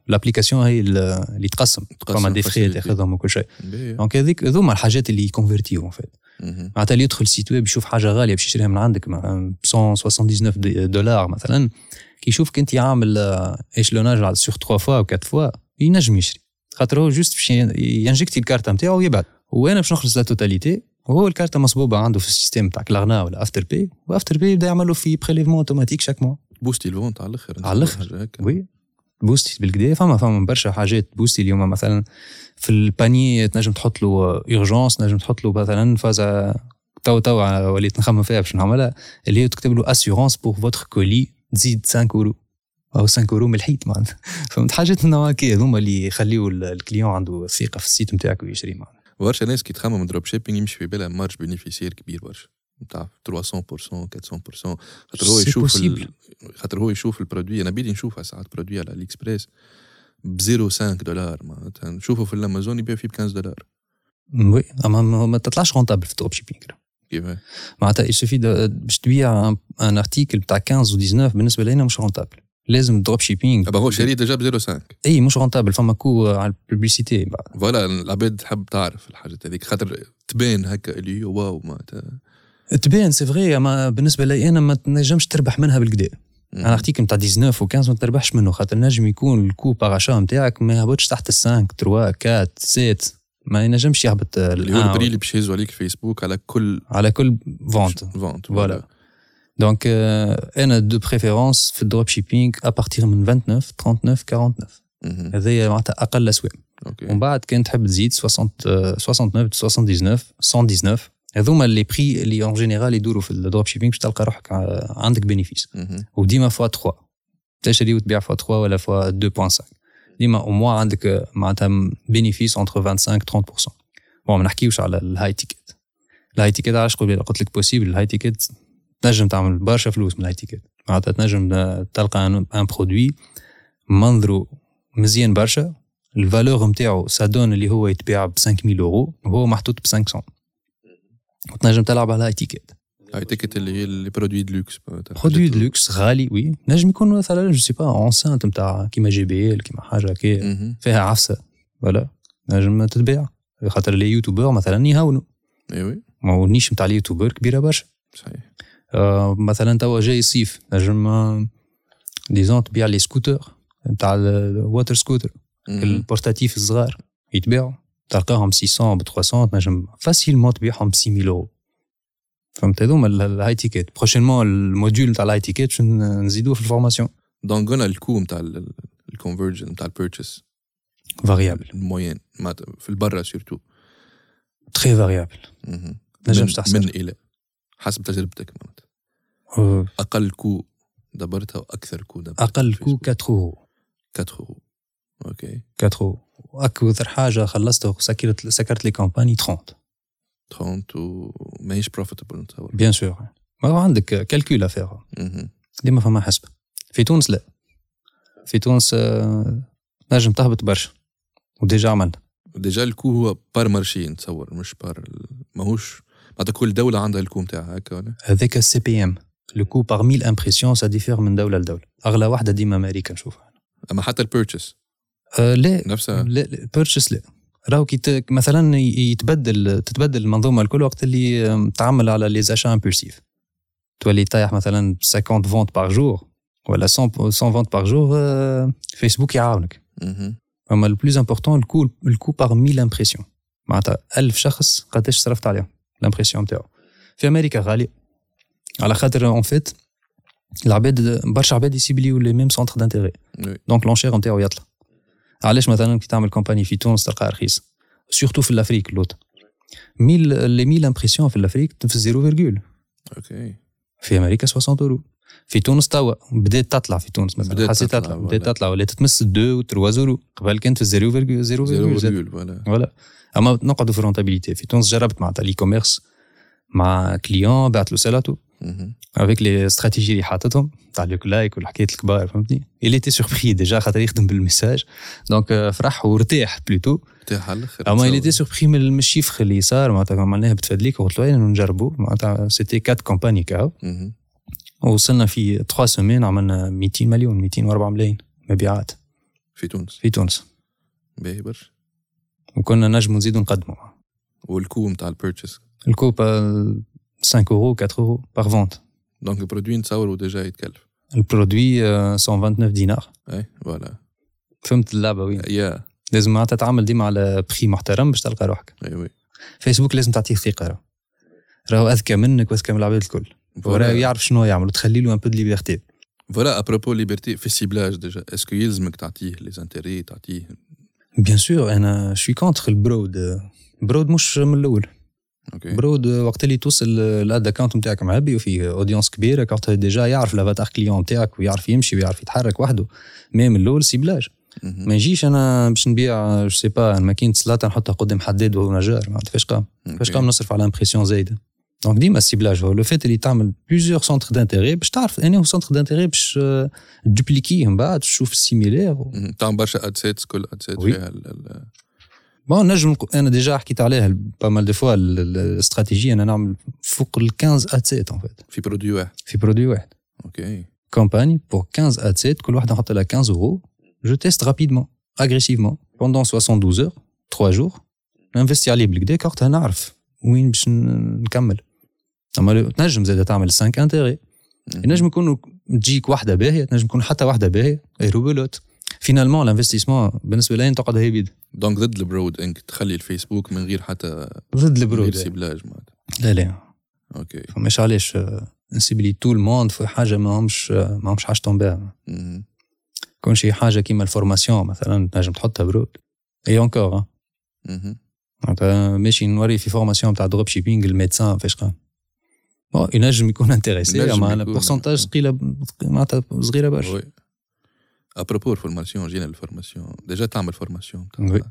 S1: والابليكاسيون هي ال- اللي تقسم
S2: تقسم
S1: فما دي فري
S2: facility.
S1: تاخذهم وكل شيء
S2: باهي.
S1: دونك هذيك هذوما الحاجات اللي يكونفرتيو فيت
S2: مهم.
S1: معناتها اللي يدخل سيت ويب يشوف حاجه غاليه باش يشريها من عندك مثلا 179 دي- دولار مثلا كي يشوفك انت عامل آه، اشلوناج على سور 3 فوا و 4 فوا ينجم يشري خاطر هو جوست باش ين- ينجكتي الكارت نتاعو ويبعد وانا باش نخلص لا توتاليتي وهو الكارت مصبوبه عنده في السيستم تاع كلارنا ولا افتر بي وافتر بي يبدا يعمل له في بريليفمون اوتوماتيك شاك موا
S2: بوستي الفونت على الاخر
S1: على الآخر.
S2: حاجة هكا.
S1: وي بوستي بالكدا فما فما برشا حاجات بوستي اليوم مثلا في الباني تنجم تحط له اورجونس تنجم تحط له مثلا فازا تو تو وليت نخمم فيها باش نعملها اللي هي تكتب له اسيورونس بور فوتر كولي تزيد 5 اورو او 5 اورو من الحيط معناتها فهمت حاجات من النوع هكا هذوما اللي يخليو ال- الكليون عنده ثقه في السيت نتاعك ويشري معناتها
S2: برشا ناس كي تخمم دروب شيبينج يمشي في بالها مارج بينيفيسير كبير برشا نتاع 300% 400% خاطر هو
S1: C'est
S2: يشوف
S1: possible.
S2: ال... خاطر هو يشوف البرودوي انا بيدي نشوفها ساعات برودوي على الاكسبريس ب 0.5 دولار معناتها نشوفه في الامازون يبيع فيه ب 15 دولار
S1: وي اما ما ما تطلعش رونتابل في الدروب شيبينغ
S2: كيفاه
S1: معناتها يسوفي د- باش تبيع ان- ان ارتيكل تاع 15 و 19 بالنسبه لنا مش رونتابل لازم الدروب شيبينغ
S2: أبا هو شاري ديجا ب 0.5
S1: اي إيه، مش رونتابل فما كو على الببليسيتي
S2: فوالا العباد تحب تعرف الحاجات هذيك خاطر تبان هكا اللي هو واو معناتها
S1: تبان سي فغي اما بالنسبه لي انا ما تنجمش تربح منها بالكدا انا اختيكم تاع 19 و15 ما تربحش منه خاطر نجم يكون الكو باراشا نتاعك ما يهبطش تحت ال 5 3 4 6 ما ينجمش يهبط آه،
S2: اللي هو
S1: الآن
S2: البري اللي باش يهزوا عليك فيسبوك على كل
S1: على كل فونت
S2: فونت
S1: فوالا دونك آه، انا دو بريفيرونس في الدروب شيبينغ ابارتيغ من 29 39 49
S2: مهم.
S1: هذايا معناتها اقل اسواق ومن
S2: اوكي
S1: بعد كان تحب تزيد 60 آه، 69 79 119 هذوما لي بري اللي اون جينيرال يدوروا في الدروب شيبينغ باش تلقى روحك آه، عندك بينيفيس
S2: مهم.
S1: وديما فوا 3 تشري وتبيع فوا 3 ولا فوا 2.5 ديما او موا عندك آه، معناتها بينيفيس اونتر 25 30% بون ما نحكيوش على الهاي تيكت الهاي تيكت علاش قبل قلت لك بوسيبل الهاي تيكت تنجم تعمل برشا فلوس من الهاي تيكت معناتها تنجم آه، تلقى ان برودوي منظره مزيان برشا الفالور نتاعو سادون اللي هو يتباع ب 5000 يورو وهو محطوط ب 500 وتنجم تلعب على هاي تيكت
S2: هاي تيكت اللي هي اللي برودوي دلوكس معناتها.
S1: برودوي دو لوكس غالي وي نجم يكون مثلا جو سي با اونسانت نتاع كيما جي بي ال كيما حاجه هكا
S2: مهم.
S1: فيها عفسه ولا نجم تتباع خاطر لي يوتيوبر مثلا يهاونوا
S2: اي وي
S1: ما النيش نتاع اليوتيوبر كبيره برشا
S2: صحيح
S1: آه، مثلا توا جاي صيف نجم ديزون تبيع لي سكوتر نتاع الواتر سكوتر
S2: مهم.
S1: البورتاتيف الصغار يتباعوا تلقاهم 600 ب 300 تنجم فاسيلمون تبيعهم ب 6000 يورو فهمت هذوما ال- الهاي تيكت بروشينمون الموديول نتاع الهاي تيكت باش ن- نزيدوه في الفورماسيون
S2: دونك قلنا الكو نتاع الكونفرجن نتاع البيرتشيس
S1: فاريابل
S2: الموين معناتها في البرة سيرتو
S1: تري فاريابل
S2: مهم.
S1: نجمش
S2: من-
S1: تحصر.
S2: من الى حسب تجربتك معناتها اقل كو دبرتها واكثر كو دبرتها
S1: اقل
S2: في
S1: كو
S2: فيسبوك.
S1: 4 اورو
S2: 4 اورو اوكي
S1: 4 اورو واكثر حاجه خلصتها سكرت سكرت لي كومباني 30
S2: 30 و ماهيش بروفيتبل نتصور Mm-hmm.
S1: بيان سور ما هو عندك كالكول افير
S2: مهم.
S1: ديما فما حسبه في تونس لا في تونس آه، نجم تهبط برشا وديجا عملنا
S2: ديجا الكو هو بار مارشي نتصور مش بار ال- ماهوش معناتها كل دوله عندها الكو نتاعها هكا ولا
S1: هذاك السي بي ام لو كو باغ 1000 امبرسيون سا ديفير من دوله لدوله اغلى واحده ديما امريكا نشوفها
S2: اما حتى البيرتشيس
S1: أه لا
S2: نفسها
S1: لا بيرشس لا راهو كي ت- مثلا ي- يتبدل تتبدل المنظومه الكل وقت اللي أم، تعمل على لي زاشا امبولسيف تولي طايح مثلا 50 فونت باغ جور ولا 100 فونت باغ جور أه، فيسبوك يعاونك
S2: مهم.
S1: اما البلوز امبورتون الكو الكو باغ 1000 امبرسيون معناتها 1000 شخص قداش صرفت عليهم الامبرسيون نتاعو في امريكا غالي على خاطر اون فيت العباد برشا عباد يسيبليو لي ميم سونتر دانتيغي
S2: وي.
S1: دونك لونشير نتاعو يطلع علاش مثلا كي تعمل كومباني في تونس تلقاها رخيص سورتو في الافريك اللوطه 1000 لي 1000 امبرسيون في الافريك في 0 فيرغول
S2: اوكي
S1: في امريكا 60 اورو في تونس توا بدات تطلع في تونس مثلا
S2: بدات
S1: حسيت
S2: تطلع،
S1: تطلع
S2: ولا.
S1: بدات تطلع ولا تتمس 2 و 3 اورو قبل كانت في 0 0
S2: زيرو فوالا
S1: فوالا اما نقعدوا في رونتابيليتي في تونس جربت مع الاي كوميرس مع كليون بعت له سيلاتو
S2: مهم.
S1: افيك لي استراتيجي اللي حاطتهم تاع لوك لايك والحكايات الكبار فهمتني اللي تي سوربري ديجا خاطر يخدم بالميساج دونك آه، فرح وارتاح بلوتو
S2: تاعها على الاخر
S1: اما اللي تي
S2: نتصور.
S1: سوربري من من الشيفخ اللي صار معناتها عملناها بتفادليك وقلت له نجربوا معناتها سيتي كات كومباني كاو
S2: مهم.
S1: وصلنا في 3 سومين عملنا 200 مليون 204 ملايين مبيعات
S2: في تونس
S1: في تونس
S2: باهي برشا
S1: وكنا نجموا نزيدوا نقدموا
S2: والكو نتاع البيرتشيس
S1: الكوب آه، 5 اورو 4 اورو بار فونت
S2: دونك البرودوي نتصور وديجا يتكلف
S1: البرودوي آه، 129 دينار
S2: اي فوالا
S1: فهمت اللعبه وين
S2: يا
S1: لازم معناتها تعمل ديما على بخي محترم باش تلقى روحك
S2: اي إيه، وي
S1: فيسبوك لازم تعطيه ثقه راهو. راهو اذكى منك واذكى من العباد الكل وراه يعرف شنو يعمل وتخلي له ان بو دو ليبرتي
S2: فوالا ابروبو ليبرتي في السيبلاج ديجا اسكو يلزمك تعطيه لي زانتيري تعطيه
S1: بيان سور انا شوي كونتر البرود برود مش من الاول
S2: اوكي
S1: برود وقت اللي توصل الاد اكونت نتاعك معبي وفي اودينس كبيره كونت ديجا يعرف لافاتار كليون نتاعك ويعرف يمشي ويعرف يتحرك وحده مي من الاول سيبلاج
S2: مهم.
S1: ما نجيش انا باش نبيع جو سي با ماكينه سلاطه نحطها قدام حداد وهو نجار ما فاش قام فاش
S2: أوكي.
S1: قام نصرف على امبرسيون زايده دونك ديما السيبلاج هو لو فات اللي تعمل بليزيور سونتر دانتيغي باش تعرف انا هو سونتر دانتيغي باش آه، تدوبليكيه من بعد تشوف السيميلير و-
S2: مهم. تعمل برشا ادسيتس كل ادسيت
S1: وي.
S2: فيها ال- ال-
S1: بون نجم نق- انا ديجا حكيت عليها بامال دو فوا ال- ال- الاستراتيجيه انا نعمل فوق ال 15 ادسيت ان فيت
S2: في برودوي واحد
S1: في برودوي واحد
S2: اوكي
S1: كومباني بور 15 ادسيت كل واحده نحط لها 15 اورو جو تيست رابيدمون اغريسيفمون بوندون 72 اور 3 جور ننفستي عليه بالكدا وقتها نعرف وين باش ن- نكمل اما لو- تنجم زاد تعمل 5 انتيغي
S2: مهم.
S1: ينجم يكون تجيك واحده باهيه تنجم يكون حتى واحده باهيه اي روبولوت فينالمون الانفستيسمون بالنسبه لي تقعد هيبيد
S2: دونك ضد البرود انك تخلي الفيسبوك من غير حتى
S1: ضد
S2: غير
S1: البرود
S2: سيبلاج معناتها
S1: لا لا
S2: اوكي
S1: فماش علاش آه، نسيبلي تو الموند في حاجه ماهمش آه، ماهمش حاجتهم باهيه
S2: مهم.
S1: كون شي حاجه كيما الفورماسيون مثلا تنجم تحطها برود اي اونكور ها.
S2: مهم.
S1: معناتها ماشي نوري في فورماسيون تاع دروب شيبينغ الميدسان فاش قام بون ينجم يكون انتريسي
S2: ينجم
S1: اما انا
S2: يكون،
S1: بورسنتاج
S2: آه.
S1: ثقيله معناتها صغيره برشا
S2: وي ابروبو الفورماسيون جينا للفورماسيون ديجا تعمل فورماسيون
S1: وي.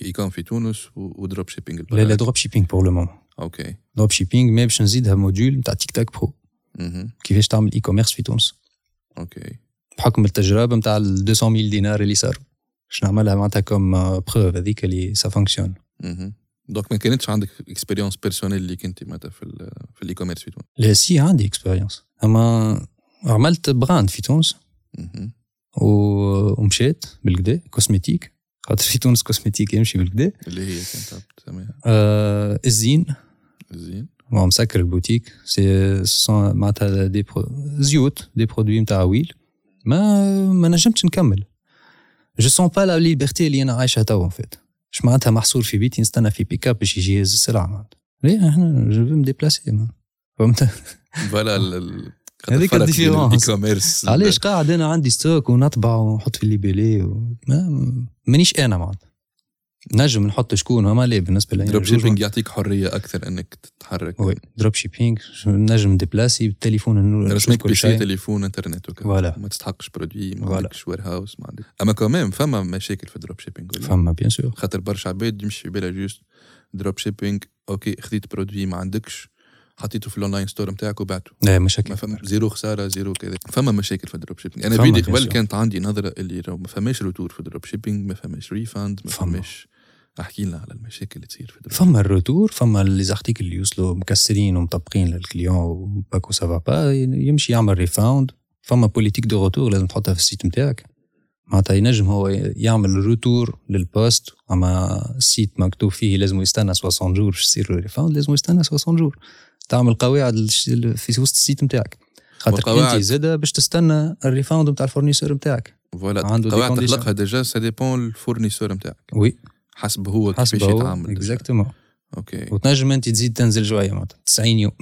S2: يكون في تونس و- ودروب شيبينغ
S1: لا لا دروب شيبينغ بور لو مومون
S2: اوكي
S1: دروب شيبينغ مي باش نزيدها موديول تاع تيك تاك برو
S2: مهم.
S1: كيفاش تعمل اي كوميرس في تونس
S2: اوكي
S1: بحكم التجربه نتاع ال 200000 دينار اللي صاروا باش نعملها معناتها كوم بروف هذيك اللي سا فونكسيون
S2: مهم. دونك ما كانتش عندك اكسبيريونس بيرسونيل اللي كنت معناتها في ال- في الاي كوميرس في تونس
S1: لا سي عندي اكسبيريونس اما عملت براند في تونس
S2: مهم.
S1: و- ومشيت بالكدا كوسميتيك خاطر في تونس كوسميتيك يمشي بالكدا
S2: اللي هي كانت تسميها
S1: آه الزين
S2: زين
S1: هو مسكر البوتيك سي سون- معناتها دي برو... زيوت دي برودوي نتاع ويل ما ما نجمتش نكمل جو سون با لا ليبرتي اللي انا عايشها توا فات مش معناتها محصور في بيتي نستنى في بيك اب باش يجي "Ah, يهز السلعه معناتها لا احنا جو فو مديبلاسي فهمت
S2: فوالا ال- ال-
S1: هذيك الديفيرونس.
S2: الاي كوميرس
S1: علاش قاعد انا عندي ستوك ونطبع ونحط في الليبيلي و... ما- مانيش انا معناتها نجم نحط شكون وما لا بالنسبه لي
S2: دروب شيبينج يعطيك حريه اكثر انك تتحرك
S1: وي دروب شيبينج نجم ديبلاسي بالتليفون نشوف
S2: رسمك
S1: كل
S2: بيسي
S1: شيء
S2: تليفون انترنت وكذا
S1: فوالا.
S2: ما تستحقش برودوي ما
S1: فوالا.
S2: عندكش وير هاوس ما عندك اما كمان فما مشاكل في الدروب شيبينج ولا؟
S1: فما بيان سور
S2: خاطر برشا عباد يمشي في بالها جوست دروب شيبينج اوكي خذيت برودوي ما عندكش حطيته في الاونلاين ستور نتاعك وبعته
S1: لا
S2: ما
S1: إيه، مشاكل
S2: فما زيرو خساره زيرو كذا فما مشاكل في الدروب شيبينج انا
S1: فما
S2: بيدي
S1: بيان
S2: قبل
S1: سور.
S2: كانت عندي نظره اللي لو ما فماش روتور في الدروب شيبينج ما فماش ريفاند ما
S1: فما.
S2: فماش احكي لنا على المشاكل اللي تصير في الدروب
S1: فما الروتور فما لي زارتيكل اللي يوصلوا مكسرين ومطبقين للكليون وباكو سافا با يمشي يعمل ريفاوند فما بوليتيك دو روتور لازم تحطها في السيت نتاعك معناتها ينجم هو يعمل روتور للبوست اما السيت مكتوب فيه لازم يستنى 60 جور باش يصير له ريفاوند لازم يستنى 60 جور تعمل قواعد للش- في وسط السيت نتاعك خاطر
S2: وقواعد.
S1: انت زاده باش تستنى الريفاوند نتاع الفورنيسور نتاعك
S2: فوالا
S1: عنده
S2: قواعد
S1: دي condition.
S2: تخلقها ديجا سا ديبون الفورنيسور نتاعك
S1: وي
S2: حسب هو كيفاش
S1: حسب هو
S2: يتعامل ديجا.
S1: اكزاكتومون
S2: اوكي
S1: وتنجم انت تزيد تنزل شويه معناتها 90 يوم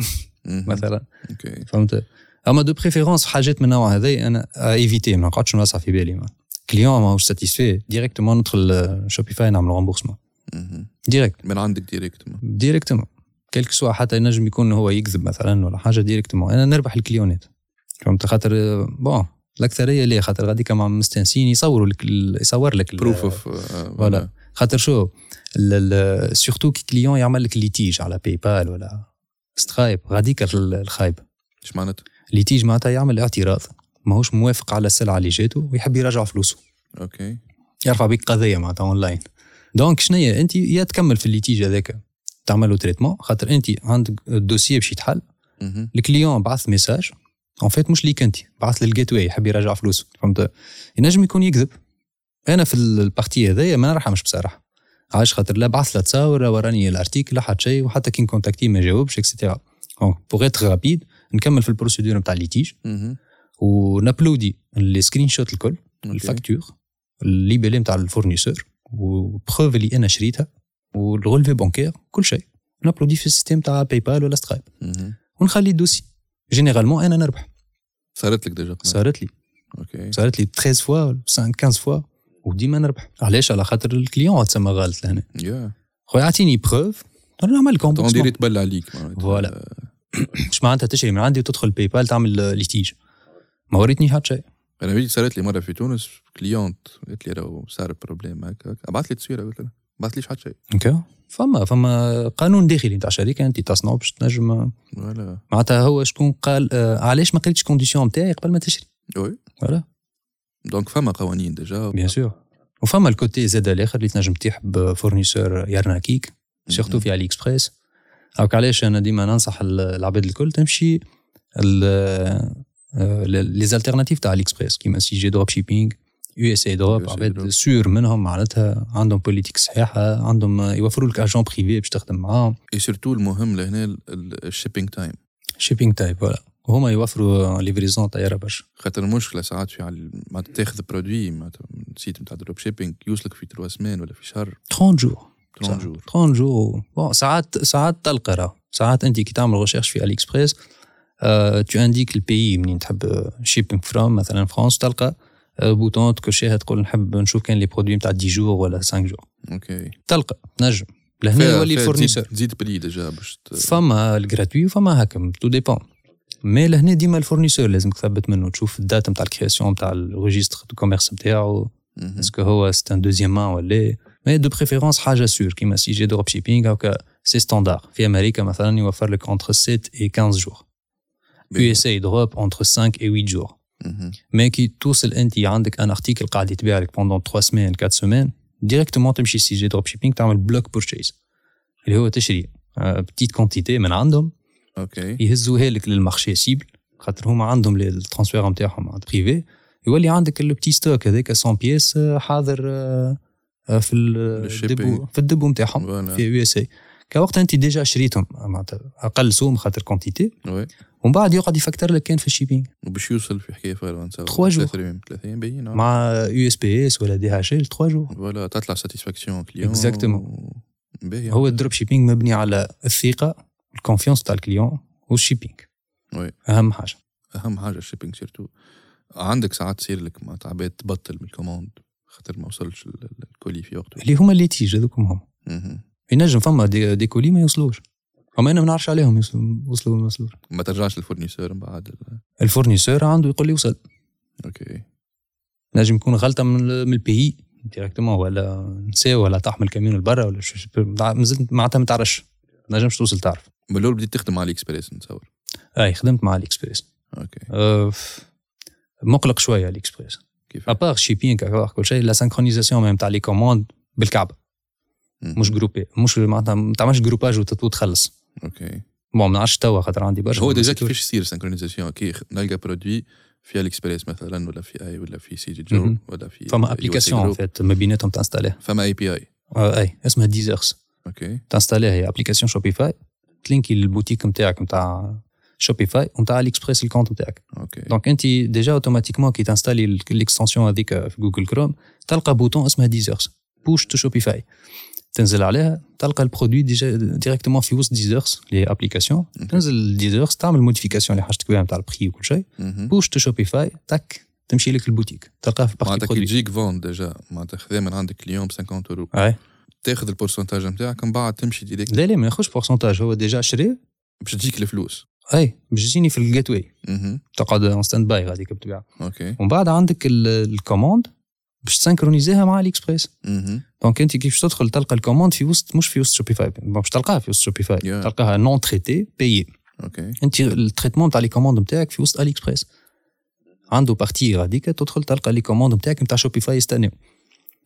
S2: مهم.
S1: مثلا
S2: اوكي
S1: فهمت اما دو بريفيرونس حاجات من النوع هذا انا ايفيتي ما نقعدش نوسع في بالي ما كليون ماهوش ساتيسفي ديريكتومون ندخل شوبيفاي نعمل رومبورسمون
S2: مهم.
S1: ديريكت
S2: من عندك ديريكت ما.
S1: ديريكتومون كلك سوا حتى نجم يكون هو يكذب مثلا ولا حاجه ديريكتومون انا نربح الكليونات فهمت خاطر آه، بون الاكثريه ليه خاطر غادي كما مستانسين يصوروا لك ال- يصور لك ال-
S2: بروف اوف
S1: فوالا خاطر شو سورتو كي كليون يعمل لك ليتيج على باي بال ولا سترايب غاديك ال- الخايب
S2: ايش معناتها
S1: ليتيج معناتها يعمل اعتراض ماهوش موافق على السلعه اللي جاته ويحب يرجع فلوسه
S2: اوكي
S1: يرفع بك قضيه معناتها اونلاين دونك شنو هي انت يا تكمل في الليتيج هذاك تعمل له تريتمون خاطر انت عندك الدوسيي باش يتحل
S2: مهم.
S1: الكليون بعث ميساج اون فيت مش ليك انت بعث للجيت واي يحب يرجع فلوسه فهمت ينجم يكون يكذب انا في البارتي هذايا ما نرحمش بصراحه عايش خاطر لا بعث لا تصاور لا وراني الارتيكل لا حد شيء وحتى كي كونتاكتي ما جاوبش اكسيتيرا دونك بوغ اتر رابيد نكمل في البروسيدور نتاع الليتيج
S2: مهم.
S1: ونابلودي لي سكرين شوت الكل
S2: أوكي.
S1: الفاكتور الليبيلي نتاع الفورنيسور وبروف اللي انا شريتها والغولفي بانكير كل شيء نابلودي في السيستم تاع باي بال ولا سترايب
S2: مهم.
S1: ونخلي الدوسي جينيرالمون انا نربح
S2: صارت لك ديجا قبل.
S1: صارت لي
S2: اوكي
S1: صارت لي 13 فوا ولا 15 فوا وديما نربح علاش على خاطر الكليون تسمى غلط لهنا
S2: يا
S1: خويا اعطيني بروف نعمل
S2: طبعا ديري
S1: كومبونسمون
S2: تبلى عليك معناتها.
S1: فوالا. مش معناتها تشري من عندي وتدخل باي بال تعمل ليتيج ما وريتني حتى شيء
S2: انا بيجي صارت لي مره في تونس كليونت قالت لي راهو صار بروبليم هكا ابعث لي تصويره قلت لها ما بعثليش حتى شيء
S1: اوكي فما فما قانون داخلي نتاع الشركه انت تصنع باش تنجم
S2: فوالا
S1: معناتها هو شكون قال آه علاش ما قريتش كونديسيون نتاعي قبل ما تشري
S2: وي
S1: فوالا
S2: دونك فما قوانين ديجا
S1: بيان سور وفما الكوتي زاد الاخر اللي تنجم تطيح بفورنيسور يرناكيك سيرتو في علي اكسبريس هاك علاش انا ديما ننصح ال- العباد الكل تمشي آه، لي زالتيرناتيف تاع علي اكسبريس كيما سي جي دروب شيبينغ يو اس اي دروب
S2: USA
S1: عباد
S2: Drop.
S1: سور منهم معناتها عندهم بوليتيك صحيحه عندهم يوفروا لك اجون بريفي باش تخدم معاهم
S2: اي سيرتو المهم لهنا الشيبينغ تايم
S1: شيبينغ تايب فوالا وهما يوفروا ليفريزون طياره برشا
S2: خاطر المشكله ساعات في على ما تاخذ برودوي معناتها من سيت نتاع دروب شيبينغ يوصلك في تروا سمان ولا في شهر
S1: 30 جور
S2: 30 جور
S1: 30 جور بون ساعات ساعات تلقى راه ساعات انت كي تعمل ريشيرش في الي اكسبريس تو انديك البيي منين تحب شيبينغ فروم مثلا فرانس تلقى آه، بوتون تكوشيها تقول نحب نشوف كان لي برودوي نتاع 10 جور ولا 5 جور
S2: اوكي
S1: تلقى نجم لهنا
S2: فيها-
S1: يولي
S2: فيها
S1: الفورنيسور
S2: تزيد- تزيد بري ديجا باش ت-
S1: فما الجراتوي وفما هاكم تو ديبون مي لهنا ديما الفورنيسور لازم تثبت منه تشوف الدات نتاع الكرياسيون نتاع الريجيستر دو كوميرس نتاعو
S2: مهم.
S1: اسكو هو سي ان دوزيام مان ولا مي دو بريفيرونس حاجه سور كيما سي جي دروب شيبينغ هكا سي ستاندار في امريكا مثلا يوفر لك اونتر 7 اي 15 جور يو اس اي دروب اونتر 5 اي 8 جور
S2: مهم.
S1: مي كي توصل انت عندك ان ارتيكل قاعد يتباع لك بوندون 3 سمان 4 سمان ديريكتومون تمشي سي جي دروب شيبينغ تعمل بلوك بورشيز اللي هو تشري بتيت كونتيتي من عندهم
S2: اوكي
S1: يهزوها لك للمارشي سيبل خاطر هما عندهم لي- الترانسفير نتاعهم عند بريفي يولي عندك البتي ستوك هذاك 100 بيس آه، حاضر آه، آه، في ال-
S2: الشيبي.
S1: الدبو في الدبو نتاعهم
S2: فوالا
S1: في يو اس اي كوقت انت ديجا شريتهم معناتها اقل سوم خاطر كونتيتي
S2: وي
S1: ومن بعد يقعد يفكتر لك كان في الشيبينغ
S2: وباش يوصل في حكايه فاير
S1: تخوا جور.
S2: 30 باين آه.
S1: مع يو اس بي اس ولا دي اتش ال 3 جور
S2: فوالا تطلع ساتيسفاكسيون كليون
S1: Exactement. Oh.
S2: باهي
S1: هو الدروب شيبينغ مبني على الثقه الكونفيونس تاع الكليون والشيبينغ
S2: وي.
S1: اهم حاجه
S2: اهم حاجه الشيبينج سيرتو عندك ساعات تصير لك ما تعبت تبطل من الكوموند خاطر ما وصلش ال- ال- الكولي في وقته
S1: اللي هما اللي تيج هذوك هم
S2: مهم.
S1: ينجم فما دي, دي كولي ما يوصلوش اما انا ما نعرفش عليهم يوصلوا وصلوا ما وصلوش
S2: ما ترجعش للفورنيسور من بعد ال-
S1: الفورنيسور عنده يقول لي وصل
S2: اوكي
S1: نجم يكون غلطه من ال- من البيي ديريكتومون ولا نساو ولا تحمل كاميون لبرا ولا شو- شو- مازلت معناتها ما تعرفش ما نجمش توصل تعرف
S2: من الاول بديت تخدم على الاكسبريس نتصور
S1: اي خدمت مع الاكسبريس
S2: اوكي
S1: أه، ف- مقلق شويه الإكسبريس
S2: كيف
S1: ابار شيبينغ ابار كل شيء لا سانكرونيزاسيون ميم تاع لي كوموند بالكعبه
S2: مهم.
S1: مش جروبي مش معناتها ما تعملش جروباج وتت- وتخلص
S2: اوكي
S1: بون ما نعرفش توا خاطر عندي برشا
S2: هو ديجا
S1: نسيت
S2: كيفاش يصير سانكرونيزاسيون كي خ- نلقى برودوي في الاكسبريس مثلا ولا في اي ولا في سي جي جو
S1: مهم.
S2: ولا في
S1: فما
S2: USA
S1: ابليكاسيون
S2: Group.
S1: فات ما بيناتهم تنستاليها
S2: فما اي بي اي
S1: آه اي اسمها ديزرس
S2: اوكي
S1: تنستاليها هي ابليكاسيون شوبيفاي تلينكي البوتيك نتاعك نتاع شوبيفاي ونتاع الاكسبريس الكونت نتاعك
S2: اوكي
S1: دونك انت ديجا اوتوماتيكمون كي تنستالي ال- الاكستنسيون هذيك في جوجل كروم تلقى بوتون اسمه ديزرس بوش تو شوبيفاي تنزل عليها تلقى البرودوي ديجا ديريكتومون في وسط ديزرس اللي هي ابليكاسيون تنزل ديزرس تعمل موديفيكاسيون اللي حاجتك بها نتاع البخي وكل شيء
S2: مهم.
S1: بوش تو شوبيفاي تك تمشي لك البوتيك تلقاه في البارتي
S2: معناتها كي
S1: برودوي
S2: تجيك فون ديجا معناتها خذا من عندك اليوم 50 يورو
S1: اي
S2: تاخذ البورسنتاج نتاعك من بعد تمشي ديريكت
S1: لا لا ما ياخذش بورسنتاج هو ديجا شري
S2: باش تجيك الفلوس
S1: اي باش تجيني في الجيت واي
S2: اها
S1: تقعد اون ستاند باي هذيك بتبيع
S2: اوكي
S1: ومن بعد عندك ال- الكوموند باش تسانكرونيزيها مع الاكسبريس
S2: اها
S1: دونك انت كيفاش تدخل تلقى الكوموند في وسط مش في وسط شوبيفاي بون باش تلقاها في وسط شوبيفاي
S2: Yeah.
S1: تلقاها نون تريتي بايي
S2: اوكي
S1: انت التريتمون تاع لي كوموند نتاعك في وسط الاكسبريس عنده بارتي غاديك تدخل تلقى لي كوموند نتاعك نتاع شوبيفاي يستناو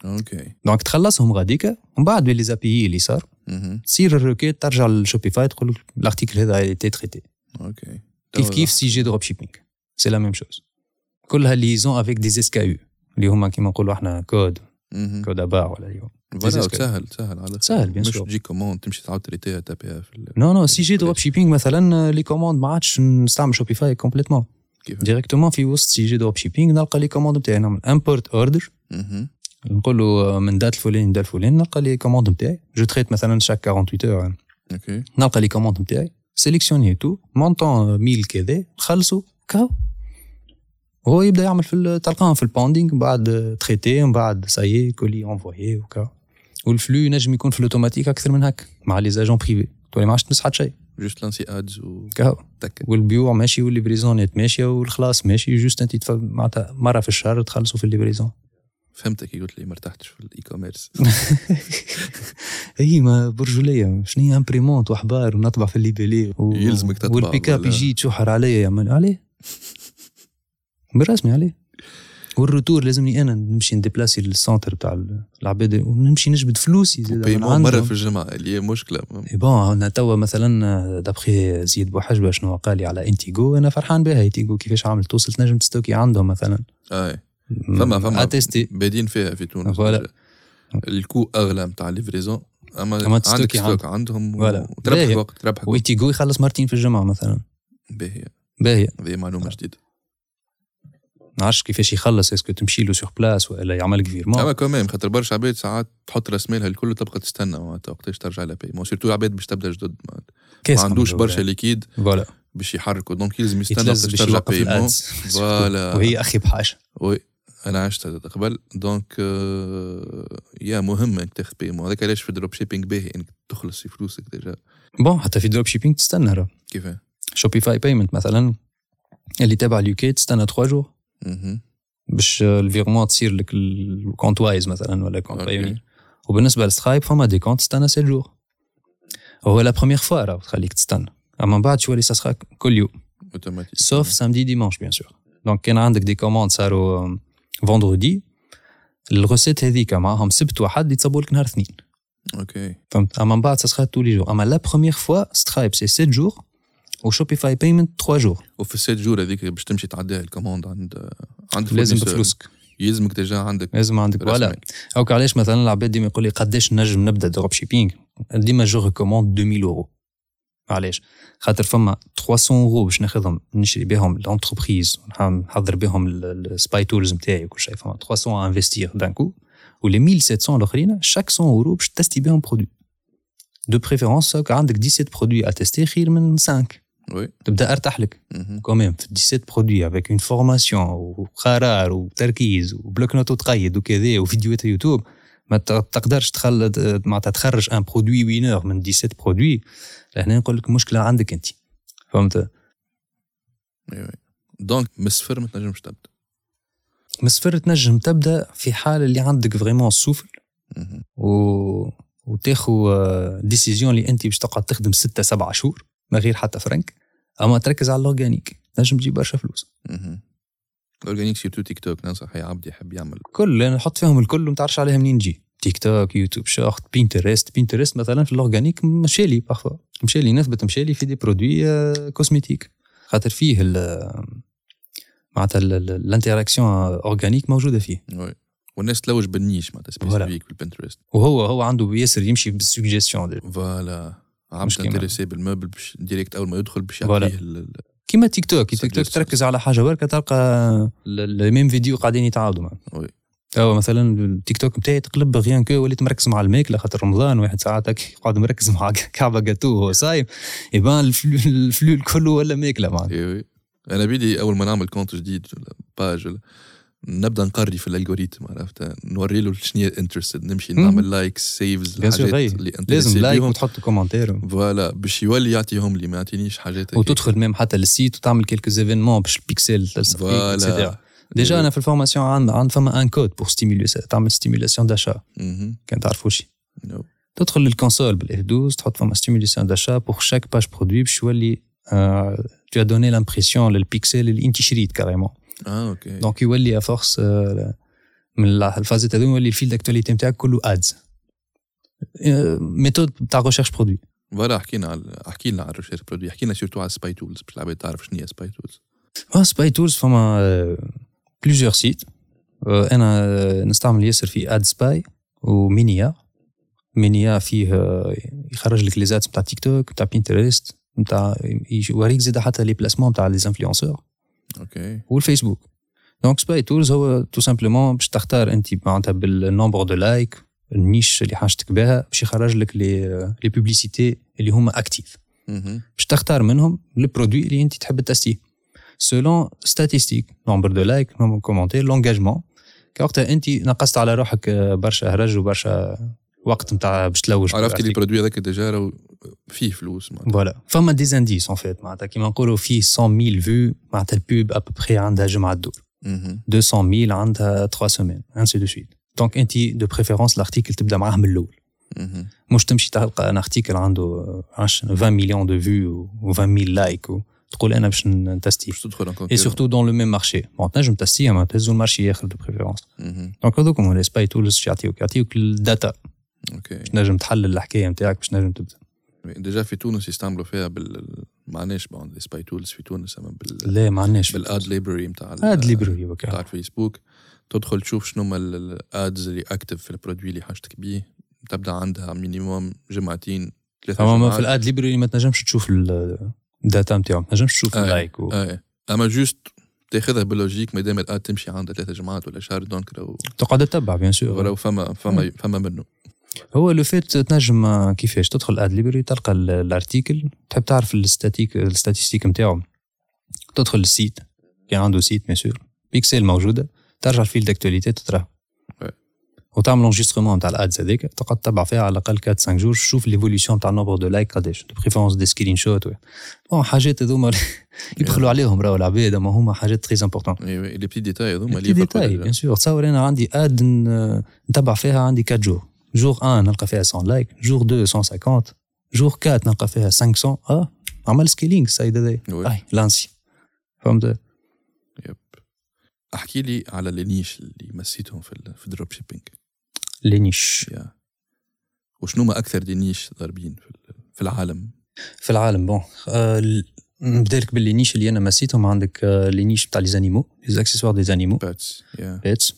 S2: اوكي
S1: دونك تخلصهم غاديك ومن بعد بلي زابيي اللي صار
S2: اها
S1: تصير الروكيت ترجع لشوبيفاي تقول لك الارتيكل هذا تي تريتي
S2: اوكي
S1: كيف كيف سي جي دروب شيبينغ سي لا ميم شوز كلها ليزون افيك دي اس كي يو اللي هما كيما نقولوا احنا كود
S2: اها
S1: كود ابار ولا اليوم
S2: فوالا
S1: This is
S2: تسهل تسهل على الآخر.
S1: سهل، بيان
S2: مش
S1: سور.
S2: تجيك كوموند تمشي تعاود تريتيها تابيها في ال-
S1: نو نو سي جي دروب شيبينغ مثلا لي كوموند ما عادش نستعمل شوبيفاي كومبليتمون
S2: كيف
S1: ديريكتومون في وسط سي جي دروب شيبينغ نلقى لي كوموند نتاعي نعمل امبورت اوردر
S2: اها
S1: نقول له من دات الفلاني لدات الفلاني نلقى لي كوموند نتاعي جو تريت مثلا شاك 48 اور
S2: اوكي
S1: نلقى لي كوموند نتاعي سيليكسيوني تو مونطون 1000 euh, كذا نخلصو كاو هو يبدا يعمل في ال- تلقاهم في الباندينغ من بعد تريتي من بعد سايي كولي انفويي وكاو والفلو ينجم يكون في الاوتوماتيك اكثر من هك مع لي زاجون بريفي تولي ما عادش تمس حتى شيء
S2: جوست لانسي ادز وتك
S1: كاو والبيوع ماشي والليبريزونات ماشيه والخلاص ماشي جوست انت تف- معناتها مره في الشهر تخلصوا في الليبريزون
S2: فهمتك كي قلت لي ما ارتحتش في الاي كوميرس
S1: اي ما برجوليه شنو هي امبريمونت واحبار ونطبع في الليبيلي و...
S2: يلزمك تطبع
S1: والبيك اب
S2: ولا-
S1: يجي تشحر عليا يا مان عليه بالرسمي عليه والروتور لازمني انا نمشي نديبلاسي للسونتر تاع ال- العباد ونمشي نجبد فلوسي زاد من
S2: بيمون مره
S1: عندهم.
S2: في الجمعه اللي هي مشكله
S1: إي بون انا توا مثلا دابخي زيد بوحجبه شنو قال لي على انتيغو انا فرحان بها انتيغو كيفاش عامل توصل تنجم تستوكي عندهم مثلا
S2: اي آه، فما فما
S1: اتيستي
S2: بادين فيها في تونس
S1: فوالا.
S2: الكو اغلى نتاع ليفريزون اما
S1: أما تستوكي
S2: عندك ستوك
S1: عندك.
S2: عندهم و-
S1: فوالا.
S2: وتربح
S1: باهي.
S2: الوقت تربح الوقت
S1: وانتيغو يخلص مرتين في الجمعه مثلا
S2: باهي
S1: باهي
S2: هذه
S1: آه.
S2: معلومه جديده
S1: نعرفش كيفاش يخلص اسكو تمشي له سور بلاس ولا يعمل لك
S2: اما
S1: فيرمون
S2: كمان خاطر برشا عباد ساعات تحط راس مالها الكل وتبقى تستنى معناتها وقتاش ترجع لها باي سيرتو عباد باش تبدا جدد معناتها. ما عندوش برشا ليكيد
S1: فوالا
S2: باش يحركوا دونك يلزم يستنى
S1: يتلز
S2: باش
S1: باش
S2: ترجع
S1: يوقف
S2: باي
S1: الادز
S2: فوالا.
S1: وهي اخي بحاجه
S2: وي انا عشت هذا قبل دونك آه، يا مهم انك تاخذ بيمو هذاك علاش في الدروب شيبينغ باهي انك تخلص في فلوسك ديجا
S1: بون حتى في دروب شيبينغ تستنى راه
S2: كيفاه
S1: شوبيفاي بايمنت مثلا اللي تابع اليوكي تستنى 3 جور
S2: مهم.
S1: باش آه، الفيرمون تصير لك الكونت وايز مثلا ولا كونت
S2: أوكي.
S1: بايونير وبالنسبه للسكايب فما دي كونت تستنى 7 جور هو لا بروميير فوا راه تخليك تستنى اما من بعد شو اللي سخاك كل يوم
S2: اوتوماتيك
S1: sauf samedi dimanche bien sûr donc كان عندك دي كوموند صاروا آم، فوندردي الغوسيت هذيك معاهم سبت وحد يتصبوا لك نهار اثنين
S2: اوكي
S1: فهمت اما من بعد سا tous les jours اما لا بروميير فوا سترايب سي 7 jours و شوبيفاي بايمنت 3 jours
S2: وفي الست جور هذيك باش تمشي تعديها الكوموند عند عند
S1: لازم
S2: الفورنيسور.
S1: بفلوسك
S2: يلزمك ديجا عندك
S1: لازم عندك
S2: رسمي.
S1: فوالا هاك علاش مثلا العباد ديما يقول لي قداش نجم نبدا دروب شيبينغ ديما جو ريكوموند 2000 يورو علاش خاطر فما 300 يورو باش ناخذهم نشري بهم لونتربريز نحضر بهم السباي تولز نتاعي وكل شيء فما 300 انفستير دان كو ولي 1700 الاخرين شاك 100 يورو باش تستي بهم برودوي دو بريفيرونس هاك عندك 17 برودوي اتيستي خير من 5
S2: وي
S1: تبدا ارتاح لك
S2: مهم.
S1: كوميم في 17 برودوي افيك اون فورماسيون وقرار وتركيز وبلوك نوت وتقيد وكذا وفيديوهات يوتيوب ما ت- تقدرش تخلد معناتها تخرج ان برودوي وينور من 17 برودوي لهنا نقول لك مشكله عندك انت فهمت
S2: وي وي. دونك من الصفر ما تنجمش تبدا
S1: من الصفر تنجم تبدا في حال اللي عندك فريمون السوفل
S2: مهم.
S1: و... وتاخو آه، ديسيزيون اللي انت باش تقعد تخدم ستة سبعة شهور ما غير حتى فرنك اما تركز على الاورجانيك تنجم تجيب برشا فلوس
S2: مهم. الاورجانيك سيرتو تيك توك ننصح اي عبد يحب يعمل
S1: كل انا نحط فيهم الكل وما تعرفش عليها منين تجي تيك توك يوتيوب شورت بينترست بينترست مثلا في الاورجانيك مشى لي بارفوا مشى لي نثبت مشى لي في دي برودوي آه، كوسميتيك خاطر فيه ال- معناتها ال- ال- الانتراكسيون اورجانيك موجوده فيه
S2: وي والناس تلوج بالنيش معناتها
S1: فوالا.
S2: سبيسيفيك بالبنترست
S1: وهو هو عنده ياسر يمشي بالسوجيستيون ديجا
S2: فوالا عم
S1: مش كيما.
S2: تنتريسي بالموبل باش ديريكت اول ما يدخل باش
S1: فوالا.
S2: يعطيه ال- ال-
S1: كيما تيك توك تيك توك
S2: Suggestions.
S1: تركز على حاجه بركه تلقى الميم فيديو قاعدين يتعاودوا معك
S2: وي.
S1: او مثلا التيك توك بتاعي تقلب غيان كو وليت مركز مع الماكله خاطر رمضان واحد ساعات هيك قاعد مركز مع كعبه جاتو وهو صايم يبان الفلو- الفلول كله ولا ماكله معك
S2: إيه وي. انا بيدي اول ما نعمل كونت جديد ولا باج ولا نبدا نقري في الالغوريتم عرفت نوري له شنو انترستد نمشي
S1: مم.
S2: نعمل لايكس سيفز
S1: Bien sûr، غي. لازم لايك وتحط كومنتير
S2: فوالا باش يولي يعطيهم لي ما يعطينيش حاجات هيك.
S1: وتدخل ميم حتى للسيت وتعمل كيلكو زيفينمون باش البيكسل إيه،
S2: فوالا إيه.
S1: ديجا انا في الفورماسيون عندنا عند فما ان كود بور ستيمولي تعمل ستيمولاسيون داشا
S2: مهم.
S1: كان تعرفوش
S2: نو.
S1: تدخل للكونسول بالاف 12 تحط فما ستيمولاسيون داشا بور شاك باج برودوي باش يولي euh, تو دوني لامبرسيون للبيكسل اللي انت شريت كاريمون
S2: اه اوكي
S1: دونك يولي ا فورس من الع- الفازات هذو يولي الفيل داكتواليتي نتاعك كله ادز Euh, ميثود تاع ريشيرش برودوي
S2: فوالا حكينا على احكي لنا على الريشيرش برودوي حكينا سيرتو على سباي تولز باش العباد تعرف شنو هي سباي تولز
S1: سباي تولز فما بلوزيور سيت انا آه، نستعمل ياسر في اد سباي ومينيا مينيا فيه آه، يخرج لك ليزات نتاع تيك توك نتاع بينترست نتاع يوريك زيد حتى لي بلاسمون نتاع لي انفلونسور
S2: اوكي
S1: والفيسبوك دونك سباي تولز هو تو سامبلومون باش تختار انت معناتها بالنومبر دو لايك النيش اللي حاجتك بها باش يخرج لك لي لي بوبليسيتي اللي هما اكتيف
S2: مهم.
S1: باش تختار منهم البرودوي اللي انت تحب تستيه سولون ستاتيستيك نومبر دو لايك نومبر كومونتير لونجاجمون كوقتها انت نقصت على روحك آه، برشا هرج وبرشا وقت نتاع باش تلوج
S2: عرفت لي
S1: بالارتيكل.
S2: برودوي هذاك ديجا راهو فيه فلوس معناتها
S1: فوالا فما دي انديس اون فيت معناتها كيما نقولوا فيه 100000 فيو معناتها البوب ابوبخي عندها جمعه الدور
S2: مهم.
S1: 200 000 عندها 3 سيمين ainsi de suite دونك انت دو بريفيرونس الارتيكل تبدا معاه من الاول
S2: مهم.
S1: مش تمشي تلقى ان ارتيكل عنده آه، عش- 20 مليون دو فيو و 20 ميل لايك تقول انا باش نتستي
S2: باش تدخل
S1: اي
S2: انكونكير
S1: سورتو دون لو ميم مارشي ما تنجم تستي ما تهزو المارشي ياخذ دو بريفيرونس دونك هذوك هما لي سباي تولز باش يعطيوك يعطيوك الداتا
S2: اوكي
S1: باش نجم تحلل الحكايه نتاعك باش نجم تبدا
S2: ديجا في تونس يستعملوا فيها بال معناش بون سباي تولز في تونس اما بال
S1: لا ما عندناش
S2: بالاد ليبراري نتاع ال-
S1: هاد ليبراري
S2: نتاع
S1: وكا
S2: الفيسبوك تدخل تشوف شنو هما الادز اللي اكتف في البرودوي اللي حاجتك بيه تبدا عندها مينيموم جمعتين ثلاثه
S1: فما
S2: جمعات.
S1: في الاد ليبراري ما تنجمش تشوف ال- الداتا نتاعهم ما تنجمش تشوف
S2: آه.
S1: اللايك و-
S2: ايه اما جوست تاخذها باللوجيك مادام الاد تمشي عندها ثلاثه جمعات ولا شهر دونك راهو
S1: تقعد تتبع بيان سور
S2: راهو فما فما فما منه
S1: هو لو فيت تنجم آه، كيفاش تدخل اد ليبري تلقى ال- الارتيكل تحب تعرف الستاتيك الستاتيستيك نتاعو تدخل السيت كان عنده سيت بيان سور بيكسل موجوده ترجع الفيل داكتواليتي تتراه
S2: Ouais.
S1: وتعمل انجسترومون نتاع الادز هذيك تقعد تتبع فيها على الاقل 4 5 جور شوف ليفوليسيون نتاع النوبر دو لايك قداش دو بريفيرونس دي سكرين شوت بون حاجات هذوما يبخلوا عليهم راهو العباد اما هما حاجات تري امبورتون
S2: ايوه لي بتي ديتاي هذوما
S1: دي
S2: اللي يفرقوا
S1: ديتاي بيان
S2: ديجا.
S1: سور تصور انا عندي اد ن- نتبع فيها عندي 4 جور جور 1 نلقى فيها 100 لايك جور 2 150 جور 4 نلقى فيها 500 اه عمل سكيلينغ سيد هذايا
S2: وي.
S1: اي لانسي فهمت
S2: احكي لي على لي نيش اللي مسيتهم في ال- في الدروب شيبينج
S1: لينيش
S2: يا وشنو ما اكثر دي نيش ضاربين في ال- في العالم
S1: في العالم بون آه، ال- نبدا لك باللينيش اللي انا مسيتهم عندك آه، لينيش بتاع لي زانيمو لي اكسسوار دي زانيمو
S2: باتس يا
S1: بيتس